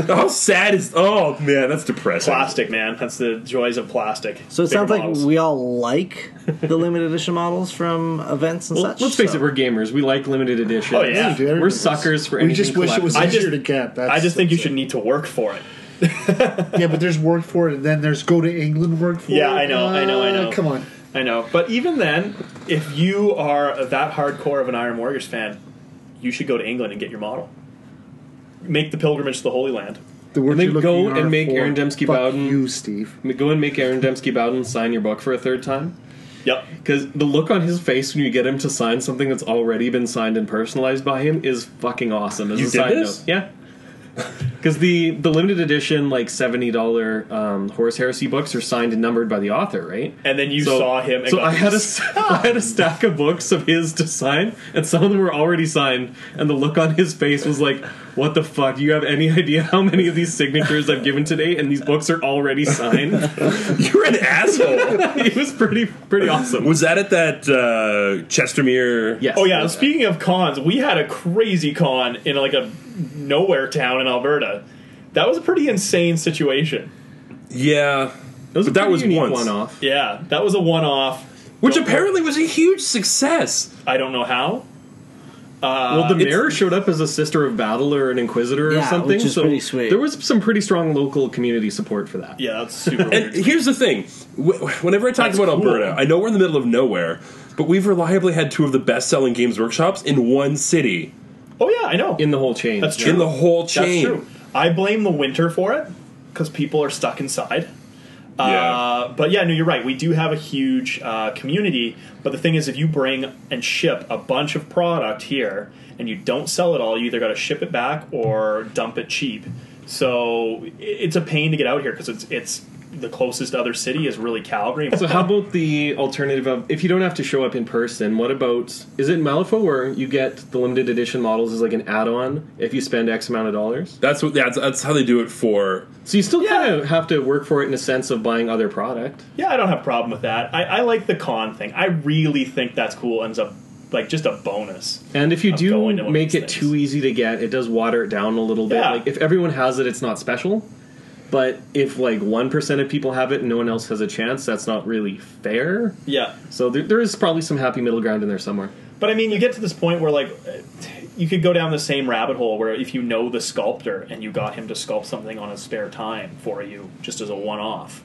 How sad is? Oh man, that's depressing.
Plastic, man. That's the joys of plastic.
so it
Bigger
sounds like
models.
we all like the limited edition models from events and
Well,
such.
let's face
so-
it, we're gamers. We like limited edition.
Oh, yeah.
Dude,
We're suckers for
We just
anything
wish it was
collectible.
I just-
easier to get. That's,
I just think you
that's
should need to work for it.
it. Yeah, but there's work for it, and then there's go to England work for
Yeah,
it. Uh,
I know, I know, I know.
Come on.
I know. But even then, if you are that hardcore of an Iron Warriors fan, you should go to England and get your model. Make the pilgrimage to the Holy Land.
The words
And then
you're
go
looking
and
are
make
for-
Aaron Dembski
Fuck
Bowden.
You, Steve.
Go and make Aaron Dembski Bowden sign your book for a third time.
Yep.
Because the look on his face when you get him to sign something that's already been signed and personalized by him is fucking awesome. As
You
a
did
side
this?
note, yeah. Because the the limited edition like seventy dollar um, horse heresy books are signed and numbered by the author, right?
And then you
So-
saw him. And
so
got
I had a
this-
s- *laughs* I had a stack of books of his to sign, and some of them were already signed. And the look on his face was like, "What the fuck? Do you have any *laughs* idea how many of these signatures I've given today? And these books are already signed." *laughs*
You're an asshole.
it was pretty pretty awesome.
was that at that uh, Chestermere?
Yes.
Oh yeah, and speaking of cons, we had a crazy con in like a nowhere town in Alberta. That was a pretty insane situation.
Yeah.
It was
But that
pretty
was
unique
once. Uh,
one-off.
Yeah, that was a one-off.
Which
Don't-
apparently was a huge success.
I don't know how.
well, the
it's-
mayor showed up as a sister of battle or an inquisitor or
Yeah,
something.
which is
so
pretty sweet.
There was some pretty strong local community support for that.
Yeah,
*laughs*
that's super
And
weird.
here's the thing: Wh- whenever I talk
That's
about
cool.
Alberta, I know we're in the middle of nowhere, but we've reliably had two of the best-selling games workshops in one city
Oh yeah, I know.
In the whole chain.
That's
Yeah.
true.
in the whole
That's
chain.
true. I blame the winter for it because people are stuck inside. Uh, but yeah, no, you're right. We do have a huge uh, community, but the thing is, if you bring and ship a bunch of product here and you don't sell it all, you either got to ship it back or dump it cheap. So i- it's a pain to get out here because it's it's the closest other city is really Calgary.
So how about the alternative of if you don't have to show up in person? What about is it Malifaux where you get the limited edition models as like an add-on if you spend X amount of dollars?
That's what. That's, that's how they do it for.
So you still
Yeah.
kind of have to work for it in a sense of buying other product.
Yeah, I don't have a problem with that. I, I like the con thing. I really think that's cool. Ends up like just a bonus.
And if you
I'm going to
do
one of
make
these
it
things.
too easy to get, it does water it down a little bit.
Yeah.
Like if everyone has it, it's not special. But if like one percent of people have it and no one else has a chance, that's not really fair.
Yeah,
So there, there is probably some happy middle ground in there somewhere.
But I mean, you get to this point where like you could go down the same rabbit hole where if you know the sculptor and you got him to sculpt something on his spare time for you just as a one-off.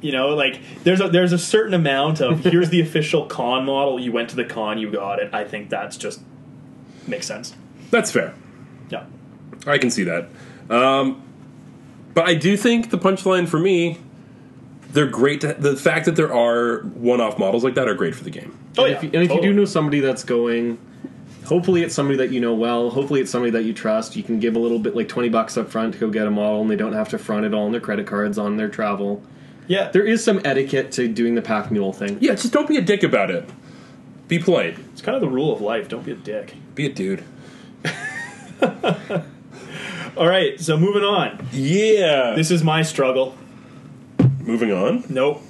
You know, like there's a there's a certain
*laughs*
amount of here's the official con model. You went to the con, you got it. I think that's just makes sense.
That's fair.
Yeah.
I can see that. Um, but I do think the punchline for me, they're great. To, the fact that there are one-off models like that are great for the game.
Oh
and
yeah.
if, you, and if
totally.
you do know somebody that's going, hopefully it's somebody that you know well. Hopefully it's somebody that you trust. You can give a little bit, like twenty bucks up front to go get a model, and they don't have to front it all on their credit cards on their travel.
yeah,
There is some etiquette to doing the pack mule thing.
Yeah, just don't be a dick about it. Be polite.
it's kind of the rule of life. Don't be a dick.
Be a dude.
All right, so moving on.
Yeah.
This is my struggle.
Moving on.
Nope.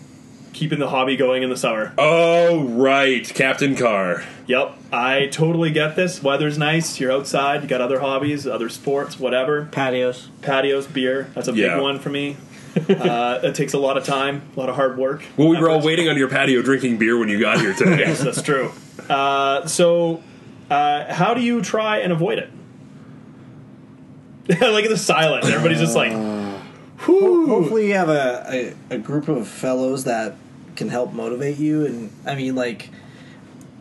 Keeping the hobby going in the summer.
Oh right, Captain Carr.
Yep, I totally get this. Weather's nice. You're outside. You got other hobbies, other sports, whatever.
Patios.
Patios, beer. That's a
Yeah.
big one for me. uh, it takes a lot of time, a lot of hard work.
Well, we were all
Effort.
waiting on your patio drinking beer when you got here
*laughs*
today.
Yes, that's true. Uh, so, uh, how do you try and avoid it? *laughs* like the silence. Everybody's just like, "Whew."
Hopefully, you have a, a, a group of fellows that can help motivate you. And I mean, like,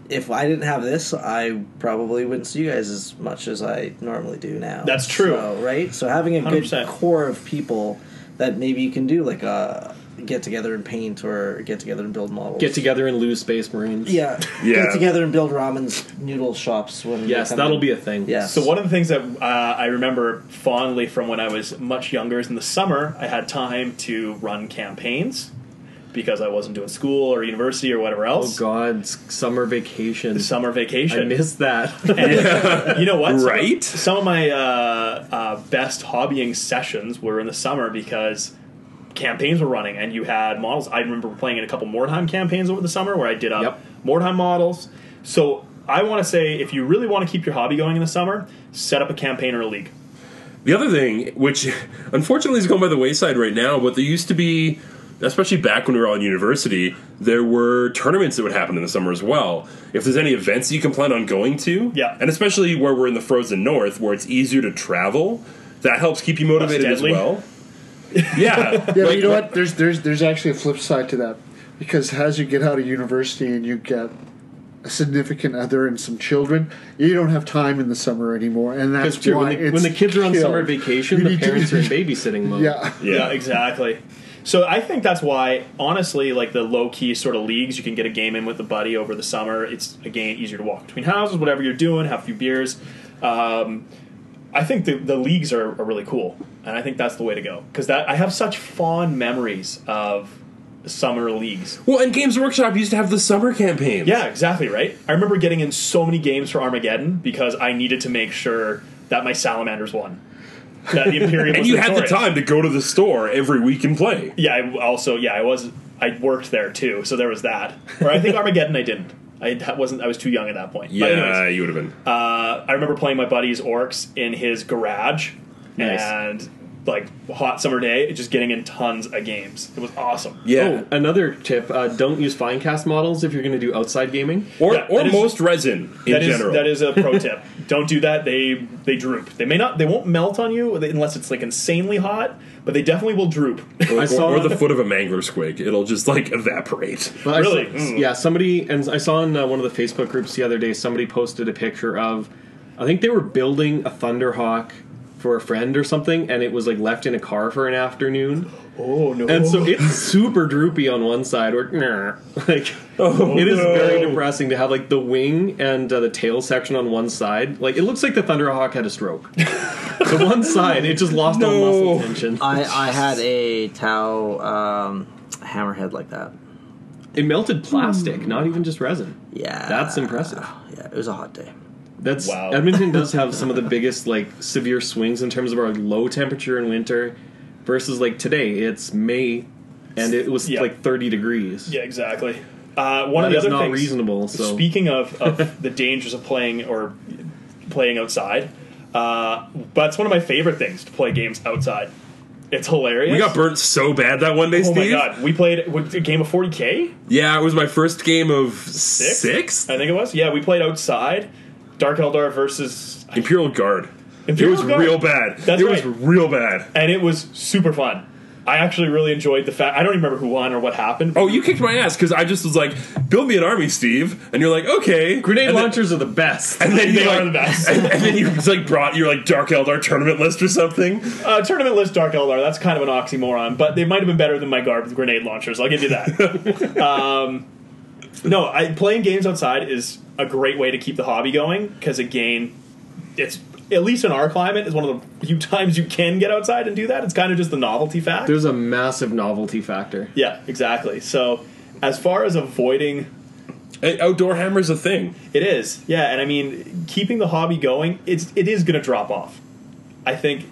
if I didn't have this, I probably wouldn't see you guys as much as I normally do now.
That's true.
So, right? So, having a good
100%.
core of people that maybe you can do like a get together and paint or get together and build models.
Get together and lose Space Marines. *laughs*
Yeah.
Yeah.
Get together and build ramen's noodle shops when. they
Yes,
come
that'll
in.
be a thing.
Yes.
So one of the things that uh, I remember fondly from when I was much younger is in the summer I had time to run campaigns because I wasn't doing school or university or whatever
Oh
else.
God, s- summer vacation.
The summer
I
vacation. *laughs*
missed
*laughs*
that.
you know what? Some-
Right?
Some, of my uh, uh, best hobbying sessions were in the summer because campaigns were running and you had models. I remember playing in a couple Mordheim campaigns over the summer where I did up
Yep.
Mordheim models. So I want to say if you really want to keep your hobby going in the summer, set up a campaign or a league.
The other thing, which unfortunately is going by the wayside right now, but there used to be, especially back when we were all in university, there were tournaments that would happen in the summer as well. If there's any events that you can plan on going to,
Yeah.
and especially where we're in the frozen north, where it's easier to travel, that helps keep you motivated as
deadly. *laughs*
well. Yeah,
Yeah, but you know what? There's there's there's actually a flip side to that because as you get out of university and you get a significant other and some children, you don't have time in the summer anymore, and
*laughs*
that's
That's true.
why
When the,
it's
when the kids are on
killed.
summer vacation,
*laughs* You
the
need to-
parents are in babysitting mode.
Yeah,
Yeah.
Yeah,
exactly. So I think that's why, honestly, like the low key sort of leagues, you can get a game in with a buddy over the summer. It's again easier to walk between houses, whatever you're doing, have a few beers. Um, I think the, the leagues are, are really cool, and I think that's the way to go because that I have such fond memories of summer leagues.
Well, and Games Workshop used to have the summer campaigns.
Yeah, exactly right. I remember getting in so many games for Armageddon because I needed to make sure that my Salamanders won. That the Imperium
*laughs* and
was
you had the
victorious.
time to go to the store every week and play.
Yeah, I also yeah, I was I worked there too, so there was that. Or I think Armageddon, I didn't. I ha- wasn't. I was too young at that point. But anyways,
you would have been.
uh, I remember playing my buddy's orcs in his garage,
Nice.
and like hot summer day, just getting in tons of games. It was awesome.
yeah,
Oh, another tip: uh, don't use Finecast models if you're going to do outside gaming.
or
yeah,
or
that is-
most resin in
That is
general.
that is a pro tip. Don't do that. They they droop. They may not. They won't melt on you unless it's like insanely hot, but they definitely will droop.
Or,
I
or-
saw
or the
on-
foot of a mangler squig. It'll just like evaporate. *laughs*
But *laughs* I
Really?
saw-
Mm.
yeah, somebody and I saw in uh, one of the Facebook groups the other day. Somebody posted a picture of, I think they were building a Thunderhawk for a friend or something, and it was like left in a car for an afternoon,
*laughs* oh no!
and so it's super droopy on one side, or *laughs* like
Oh,
it is
no.
very depressing to have like the wing and uh, the tail section on one side. Like it looks like the Thunderhawk had a stroke. the one side, it just lost all
No.
muscle tension.
*laughs*
I, I had a Tau um, hammerhead like that.
It melted plastic, not even just resin.
Yeah.
That's impressive.
Yeah, it was a hot day.
That's
Wow.
Edmonton does have some of the biggest like severe swings in terms of our low temperature in winter versus like today it's May and it was
Yeah.
like 30 degrees.
Yeah, exactly. Uh, one
That
of the
is
other
not
things,
reasonable, so-
Speaking of, of *laughs* the dangers of playing or playing outside, uh, that's one of my favorite things to play games outside. It's hilarious.
We got burnt so bad that one day,
Oh
Steve.
my god, we played what, a game of 40k.
Yeah, it was my first game of six.
I think it was. Yeah, we played outside. Dark Eldar versus
Imperial Guard.
Imperial
it was
Guard.
real bad.
That's
it was
right.
real bad.
and it was super fun. I actually really enjoyed the fact. I don't even remember who won or what happened.
Oh, you kicked my ass because I just was like, "Build me an army, Steve," and you're like, "Okay."
Grenade
and then-
launchers are the best.
and then
They
you,
are
like-
the best.
And, and then you just, like brought your like Dark Eldar tournament list or something.
Uh, tournament list Dark Eldar. That's kind of an oxymoron, but they might have been better than my garb grenade launchers. I'll give you that. um, no, I, playing games outside is a great way to keep the hobby going because again, it's at least in our climate is one of the few *laughs* times you can get outside and do that. It's kind of just the novelty fact.
There's a massive novelty factor.
yeah, exactly. So as far as avoiding
Hey, outdoor hammer's a thing.
It is, yeah, and I mean, keeping the hobby going, it's it is going to drop off. I think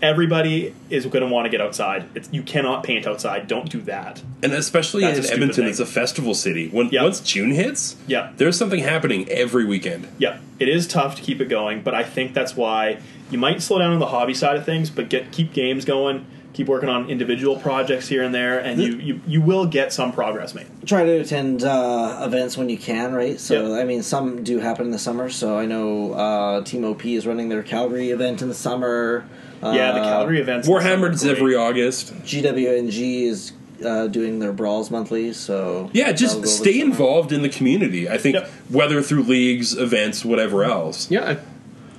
everybody is going to want to get outside. It's, you cannot paint outside. Don't do that.
And especially
That's a
in
stupid
Edmonton,
thing.
it's a festival city. When,
Yeah.
Once June hits,
Yeah.
there's something happening every weekend.
Yeah, it is tough to keep it going, but I think that's why you might slow down on the hobby side of things, but get keep games going, keep working on individual projects here and there, and you you, you will get some progress made.
try to attend uh, events when you can, right? So
Yep.
I mean, some do happen in the summer. So I know uh, Team OP is running their Calgary event in the summer. Uh,
yeah, the Calgary events.
Warhammer's
Great.
every August.
GWNG is uh, doing their brawls monthly. So
Yeah,
that'll
just
go over
stay
the summer.
involved in the community. I think
Yep.
whether through leagues, events, whatever else.
Yeah, I-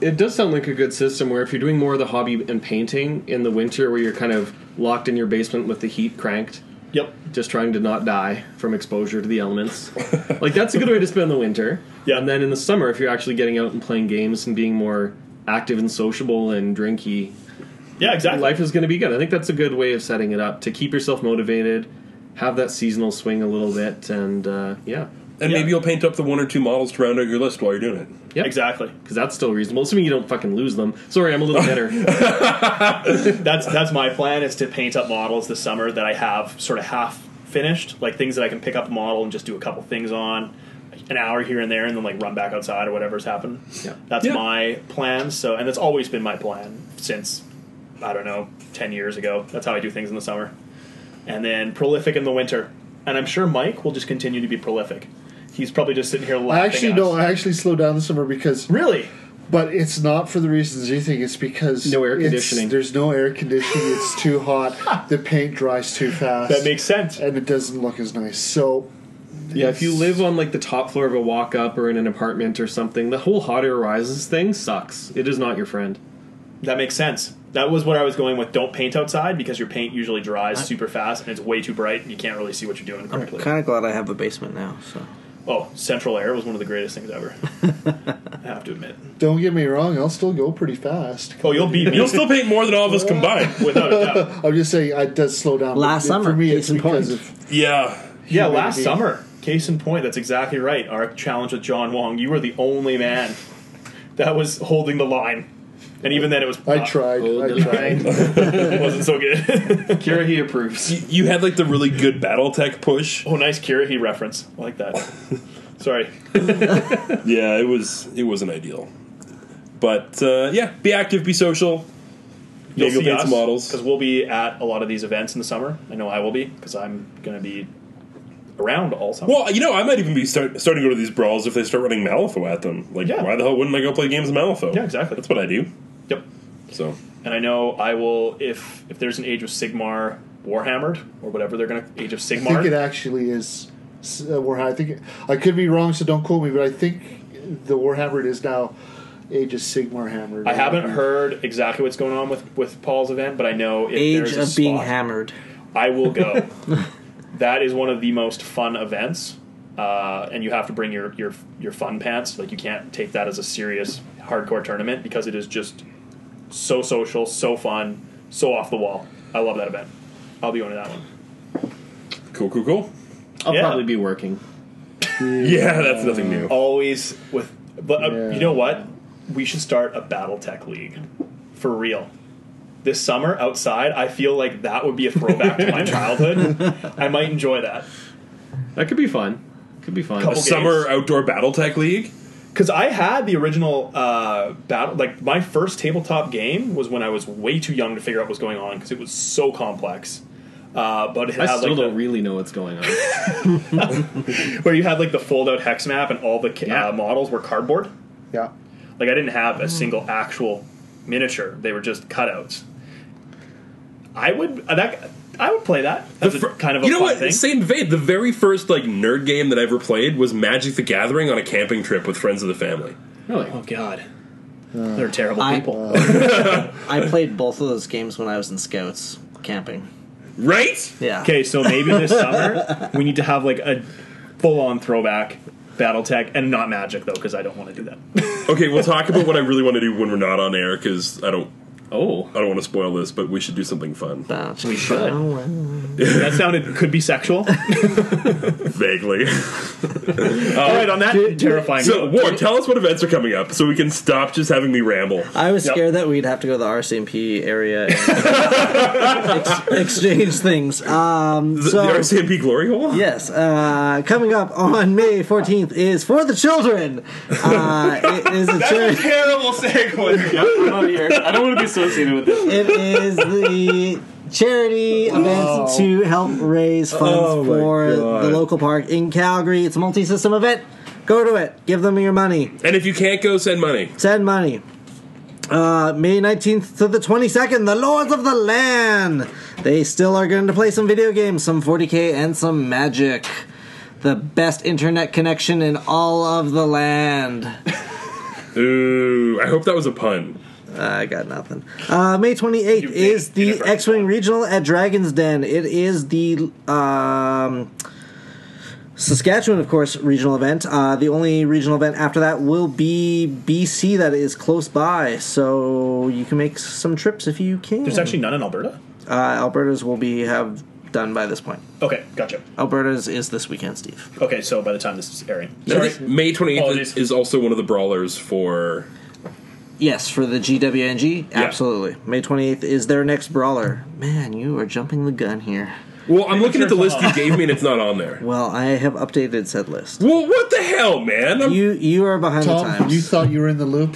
it does sound like a good system where if you're doing more of the hobby and painting in the winter where you're kind of locked in your basement with the heat cranked,
Yep.
just trying to not die from exposure to the elements. like that's a good way to spend the winter.
Yeah.
And then in the summer if you're actually getting out and playing games and being more active and sociable and drinky,
Yeah, exactly.
life is going to be good. I think that's a good way of setting it up to keep yourself motivated, have that seasonal swing a little bit and uh, yeah.
And
Yeah.
maybe you'll paint up the one or two models to round out your list while you're doing it.
Yep.
Exactly.
Because that's still reasonable, assuming you don't fucking lose them. Sorry, I'm a little
*laughs*
bitter.
That's that's my plan is to paint up models this summer that I have sort of half finished, like things that I can pick up a model and just do a couple things on, an hour here and there, and then like run back outside or whatever's happened.
Yeah.
That's
Yeah.
my plan. So, and that's always been my plan since I don't know ten years ago. That's how I do things in the summer, and then prolific in the winter. And I'm sure Mike will just continue to be prolific. He's probably just sitting here laughing.
I actually
at
no,
us.
I actually slowed down this summer because,
really?
but it's not for the reasons you think. It's because
No air
it's-
conditioning.
There's no air conditioning.
*laughs*
it's too hot. The paint dries too fast.
That makes sense.
and it doesn't look as nice. So
yeah, if you live on like the top floor of a walk up or in an apartment or something, the whole hot air rises thing sucks. It is not your friend.
That makes sense. That was what I was going with. Don't paint outside because your paint usually dries super fast and it's way too bright and you can't really see what you're doing correctly.
Kind of glad I have the basement now. So
Oh, central air was one of the greatest things ever. I have to admit.
don't get me wrong, I'll still go pretty fast.
Oh, you'll beat me
You'll still paint more than all of us combined.
*laughs* without a doubt.
I'm just saying, I does slow down. but
Last
it-
summer,
for me,
case
it's
in
because
point.
of
Yeah.
Yeah, last
humidity.
summer. Case in point, that's exactly right. Our challenge with John Wong, you were the only man that was holding the line. And even then, it was
I
not-
tried.
Oh,
I
the
tried.
*laughs* It wasn't so good.
Kira, he approves.
You- You had like the really good Battletech push.
oh, nice Kirahi reference. I like that. Sorry.
Yeah, it was it wasn't ideal. But uh, yeah, be active, be social. Maybe you'll paint some models.
because we'll be at a lot of these events in the summer. I know I will be because I'm going to be around all summer.
Well, you know, I might even be start, starting to go to these brawls if they start running Malifaux at them. Like,
Yeah.
why the hell wouldn't I go play games of Malifaux?
Yeah, exactly.
That's what I do.
Yep.
So
And I know I will if if there's an Age of Sigmar Warhammered or whatever they're going to Age of
I think it
Sigmar.
actually is s- uh, Warhammer. I think it, I could be wrong, so don't quote me. But I think the Warhammer is now Age of Sigmar hammered.
I haven't heard exactly what's going on with with Paul's event, but I know if
age
there's a
of being
spot, *laughs*
hammered.
I will go. *laughs* that is one of the most fun events, uh, and you have to bring your your your fun pants. Like you can't take that as a serious hardcore tournament because it is just so social, so fun, so off the wall. I love that event. I'll be going to that one.
cool, cool, cool.
I'll
Yeah.
probably be working.
Yeah, that's nothing new.
Always with, but uh,
Yeah.
you know what? We should start a BattleTech league for real. This summer outside, I feel like that would be a throwback to *laughs* my childhood. I might enjoy that.
That could be fun. Could be
A
fun.
Couple-
summer outdoor Battletech league.
Because I had the original uh, battle, like my first tabletop game was when I was way too young to figure out what's going on because it was so complex. Uh, but it
I
had,
still
like,
don't
the-
really know what's going on.
where you had like the fold-out hex map and all the ca-
Yeah.
uh, models were cardboard.
Yeah.
Like I didn't have a
Mm.
single actual miniature; they were just cutouts. I would uh, that I would play that. That's a
The fir-
kind of a
you know
fun
what?
thing.
Same vein. The very first like nerd game that I ever played was Magic: The Gathering on a camping trip with friends of the family.
Really?
oh God, they're terrible
I-
people.
I played both of those games when I was in scouts camping.
Right?
Yeah.
Okay, so maybe this summer we need to have like a full-on throwback BattleTech, and not Magic though, because I don't want to do that.
Okay, we'll talk about what I really want to do when we're not on air because I don't
Oh,
I don't want to spoil this, but we should do something fun.
That's
We should. that sounded could be sexual.
Oh. *laughs* Vaguely.
All right, on that terrifying.
so, Ward, tell us what events are coming up so we can stop just having me ramble.
I was
Yep.
scared that we'd have to go to the RCMP area
*laughs*
and ex- exchange things. Um,
The,
so,
the RCMP Glory Hole? *laughs*
Yes, uh, coming up on May 14th is For the Children.
*laughs*
Uh, it is a church.
terrible segue.
yeah, I'm out of here. I don't want to be associated with this.
It is the charity event to help raise funds
Oh my
for
God.
the local park in Calgary. It's a multi system event. Go to it, give them your money.
And if you can't go, send money.
Send money. Uh, May 19th to the 22nd, the Lords of the Land. They still are going to play some video games, some 40k, and some magic. The best internet connection in all of the land.
Ooh, I hope that was a pun.
I got nothing. Uh, May 28th
You
is
made
the
it right.
X Wing Regional at Dragon's Den. It is the. Um, Saskatchewan, of course, regional event. Uh, the only regional event after that will be BC, that is close by. So you can make some trips if you can.
There's actually none in Alberta.
uh, Alberta's will be have done by this point.
Okay, gotcha.
Alberta's is this weekend, Steve.
Okay, so by the time this is airing,
Sorry, May 28th
Apologies.
is also one of the brawlers for.
Yes, for the GWNG, absolutely. May 28th is their next brawler. Man, you are jumping the gun here.
Well, I'm looking
sure
at the
it's
list
not
you gave me and it's not on there.
Well, I have updated said
*laughs*
list.
Well, what the hell, man? I'm-
You you are behind the
Tom,
times.
you thought you were in the loop.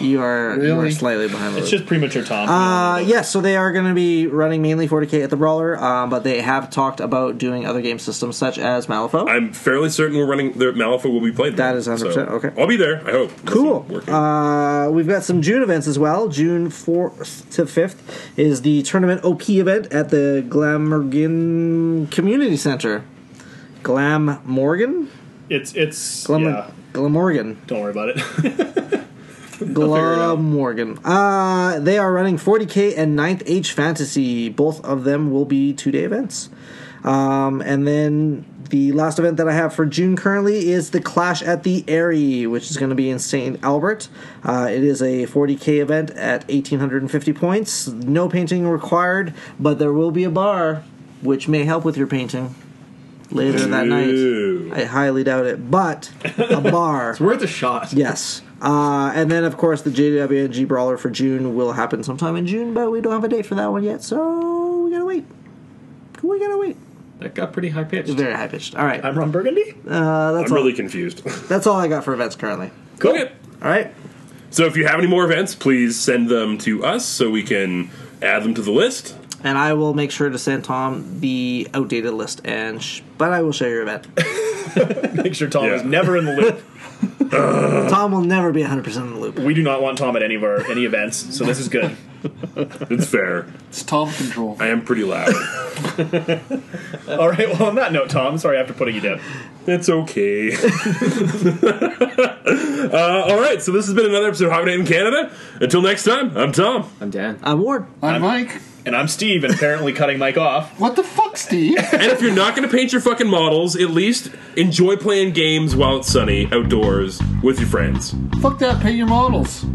You are you are
Really?
slightly behind the
it's
loop.
just premature, Tom.
Uh, yes, so they are going to be running mainly 40k at the Brawler, um, but they have talked about doing other game systems such as Malifaux.
I'm fairly certain we're running. The Malifaux will be played.
That
there.
is 100%, okay.
I'll be there. I hope. Unless
Cool.
I'm working.
Uh, we've got some June events as well. June 4th to 5th is the tournament OP event at the Glamorgan Community Center. Glamorgan?
it's it's
Glam-
yeah.
Glamorgan.
Don't worry about it. *laughs* figure it out.
Glamorgan. Uh, they are running 40k and 9th H Fantasy. Both of them will be two day events. Um, and then the last event that I have for June currently is the Clash at the Airy, which is going to be in St. Albert. Uh, it is a 40k event at 1850 points. No painting required, but there will be a bar, which may help with your painting later that
Ooh.
night. I highly doubt it, but
*laughs*
a bar.
Worth a shot.
Yes. Uh, and then, of course, the JWNG Brawler for June will happen sometime in June, but we don't have a date for that one yet, so we gotta wait. We gotta wait.
That got pretty high pitched.
Very high pitched. All right.
I'm Ron Burgundy.
Uh, that's
I'm
all.
really confused. *laughs*
That's all I got for events currently.
cool.
All right.
So if you have any more events, please send them to us so we can add them to the list.
And I will make sure to send Tom the outdated list, and sh- but I will share your *laughs* event.
Make sure Tom
Yeah.
is never in the loop.
Tom will never be 100% in the loop.
We do not want Tom at any of our any events, so this
*laughs*
is good.
It's fair.
It's Tom control.
I am pretty loud.
All right. Well, on that note, Tom, sorry after putting you down.
It's okay. *laughs* uh, all right. So this has been another episode of Hibernate in Canada. Until next time, I'm Tom.
I'm Dan.
I'm Ward.
I'm Mike.
And I'm Steve, and apparently cutting Mike off.
What the fuck, Steve?
And if you're not going to paint your fucking models, at least enjoy playing games while it's sunny outdoors with your friends.
fuck that. Pay your models.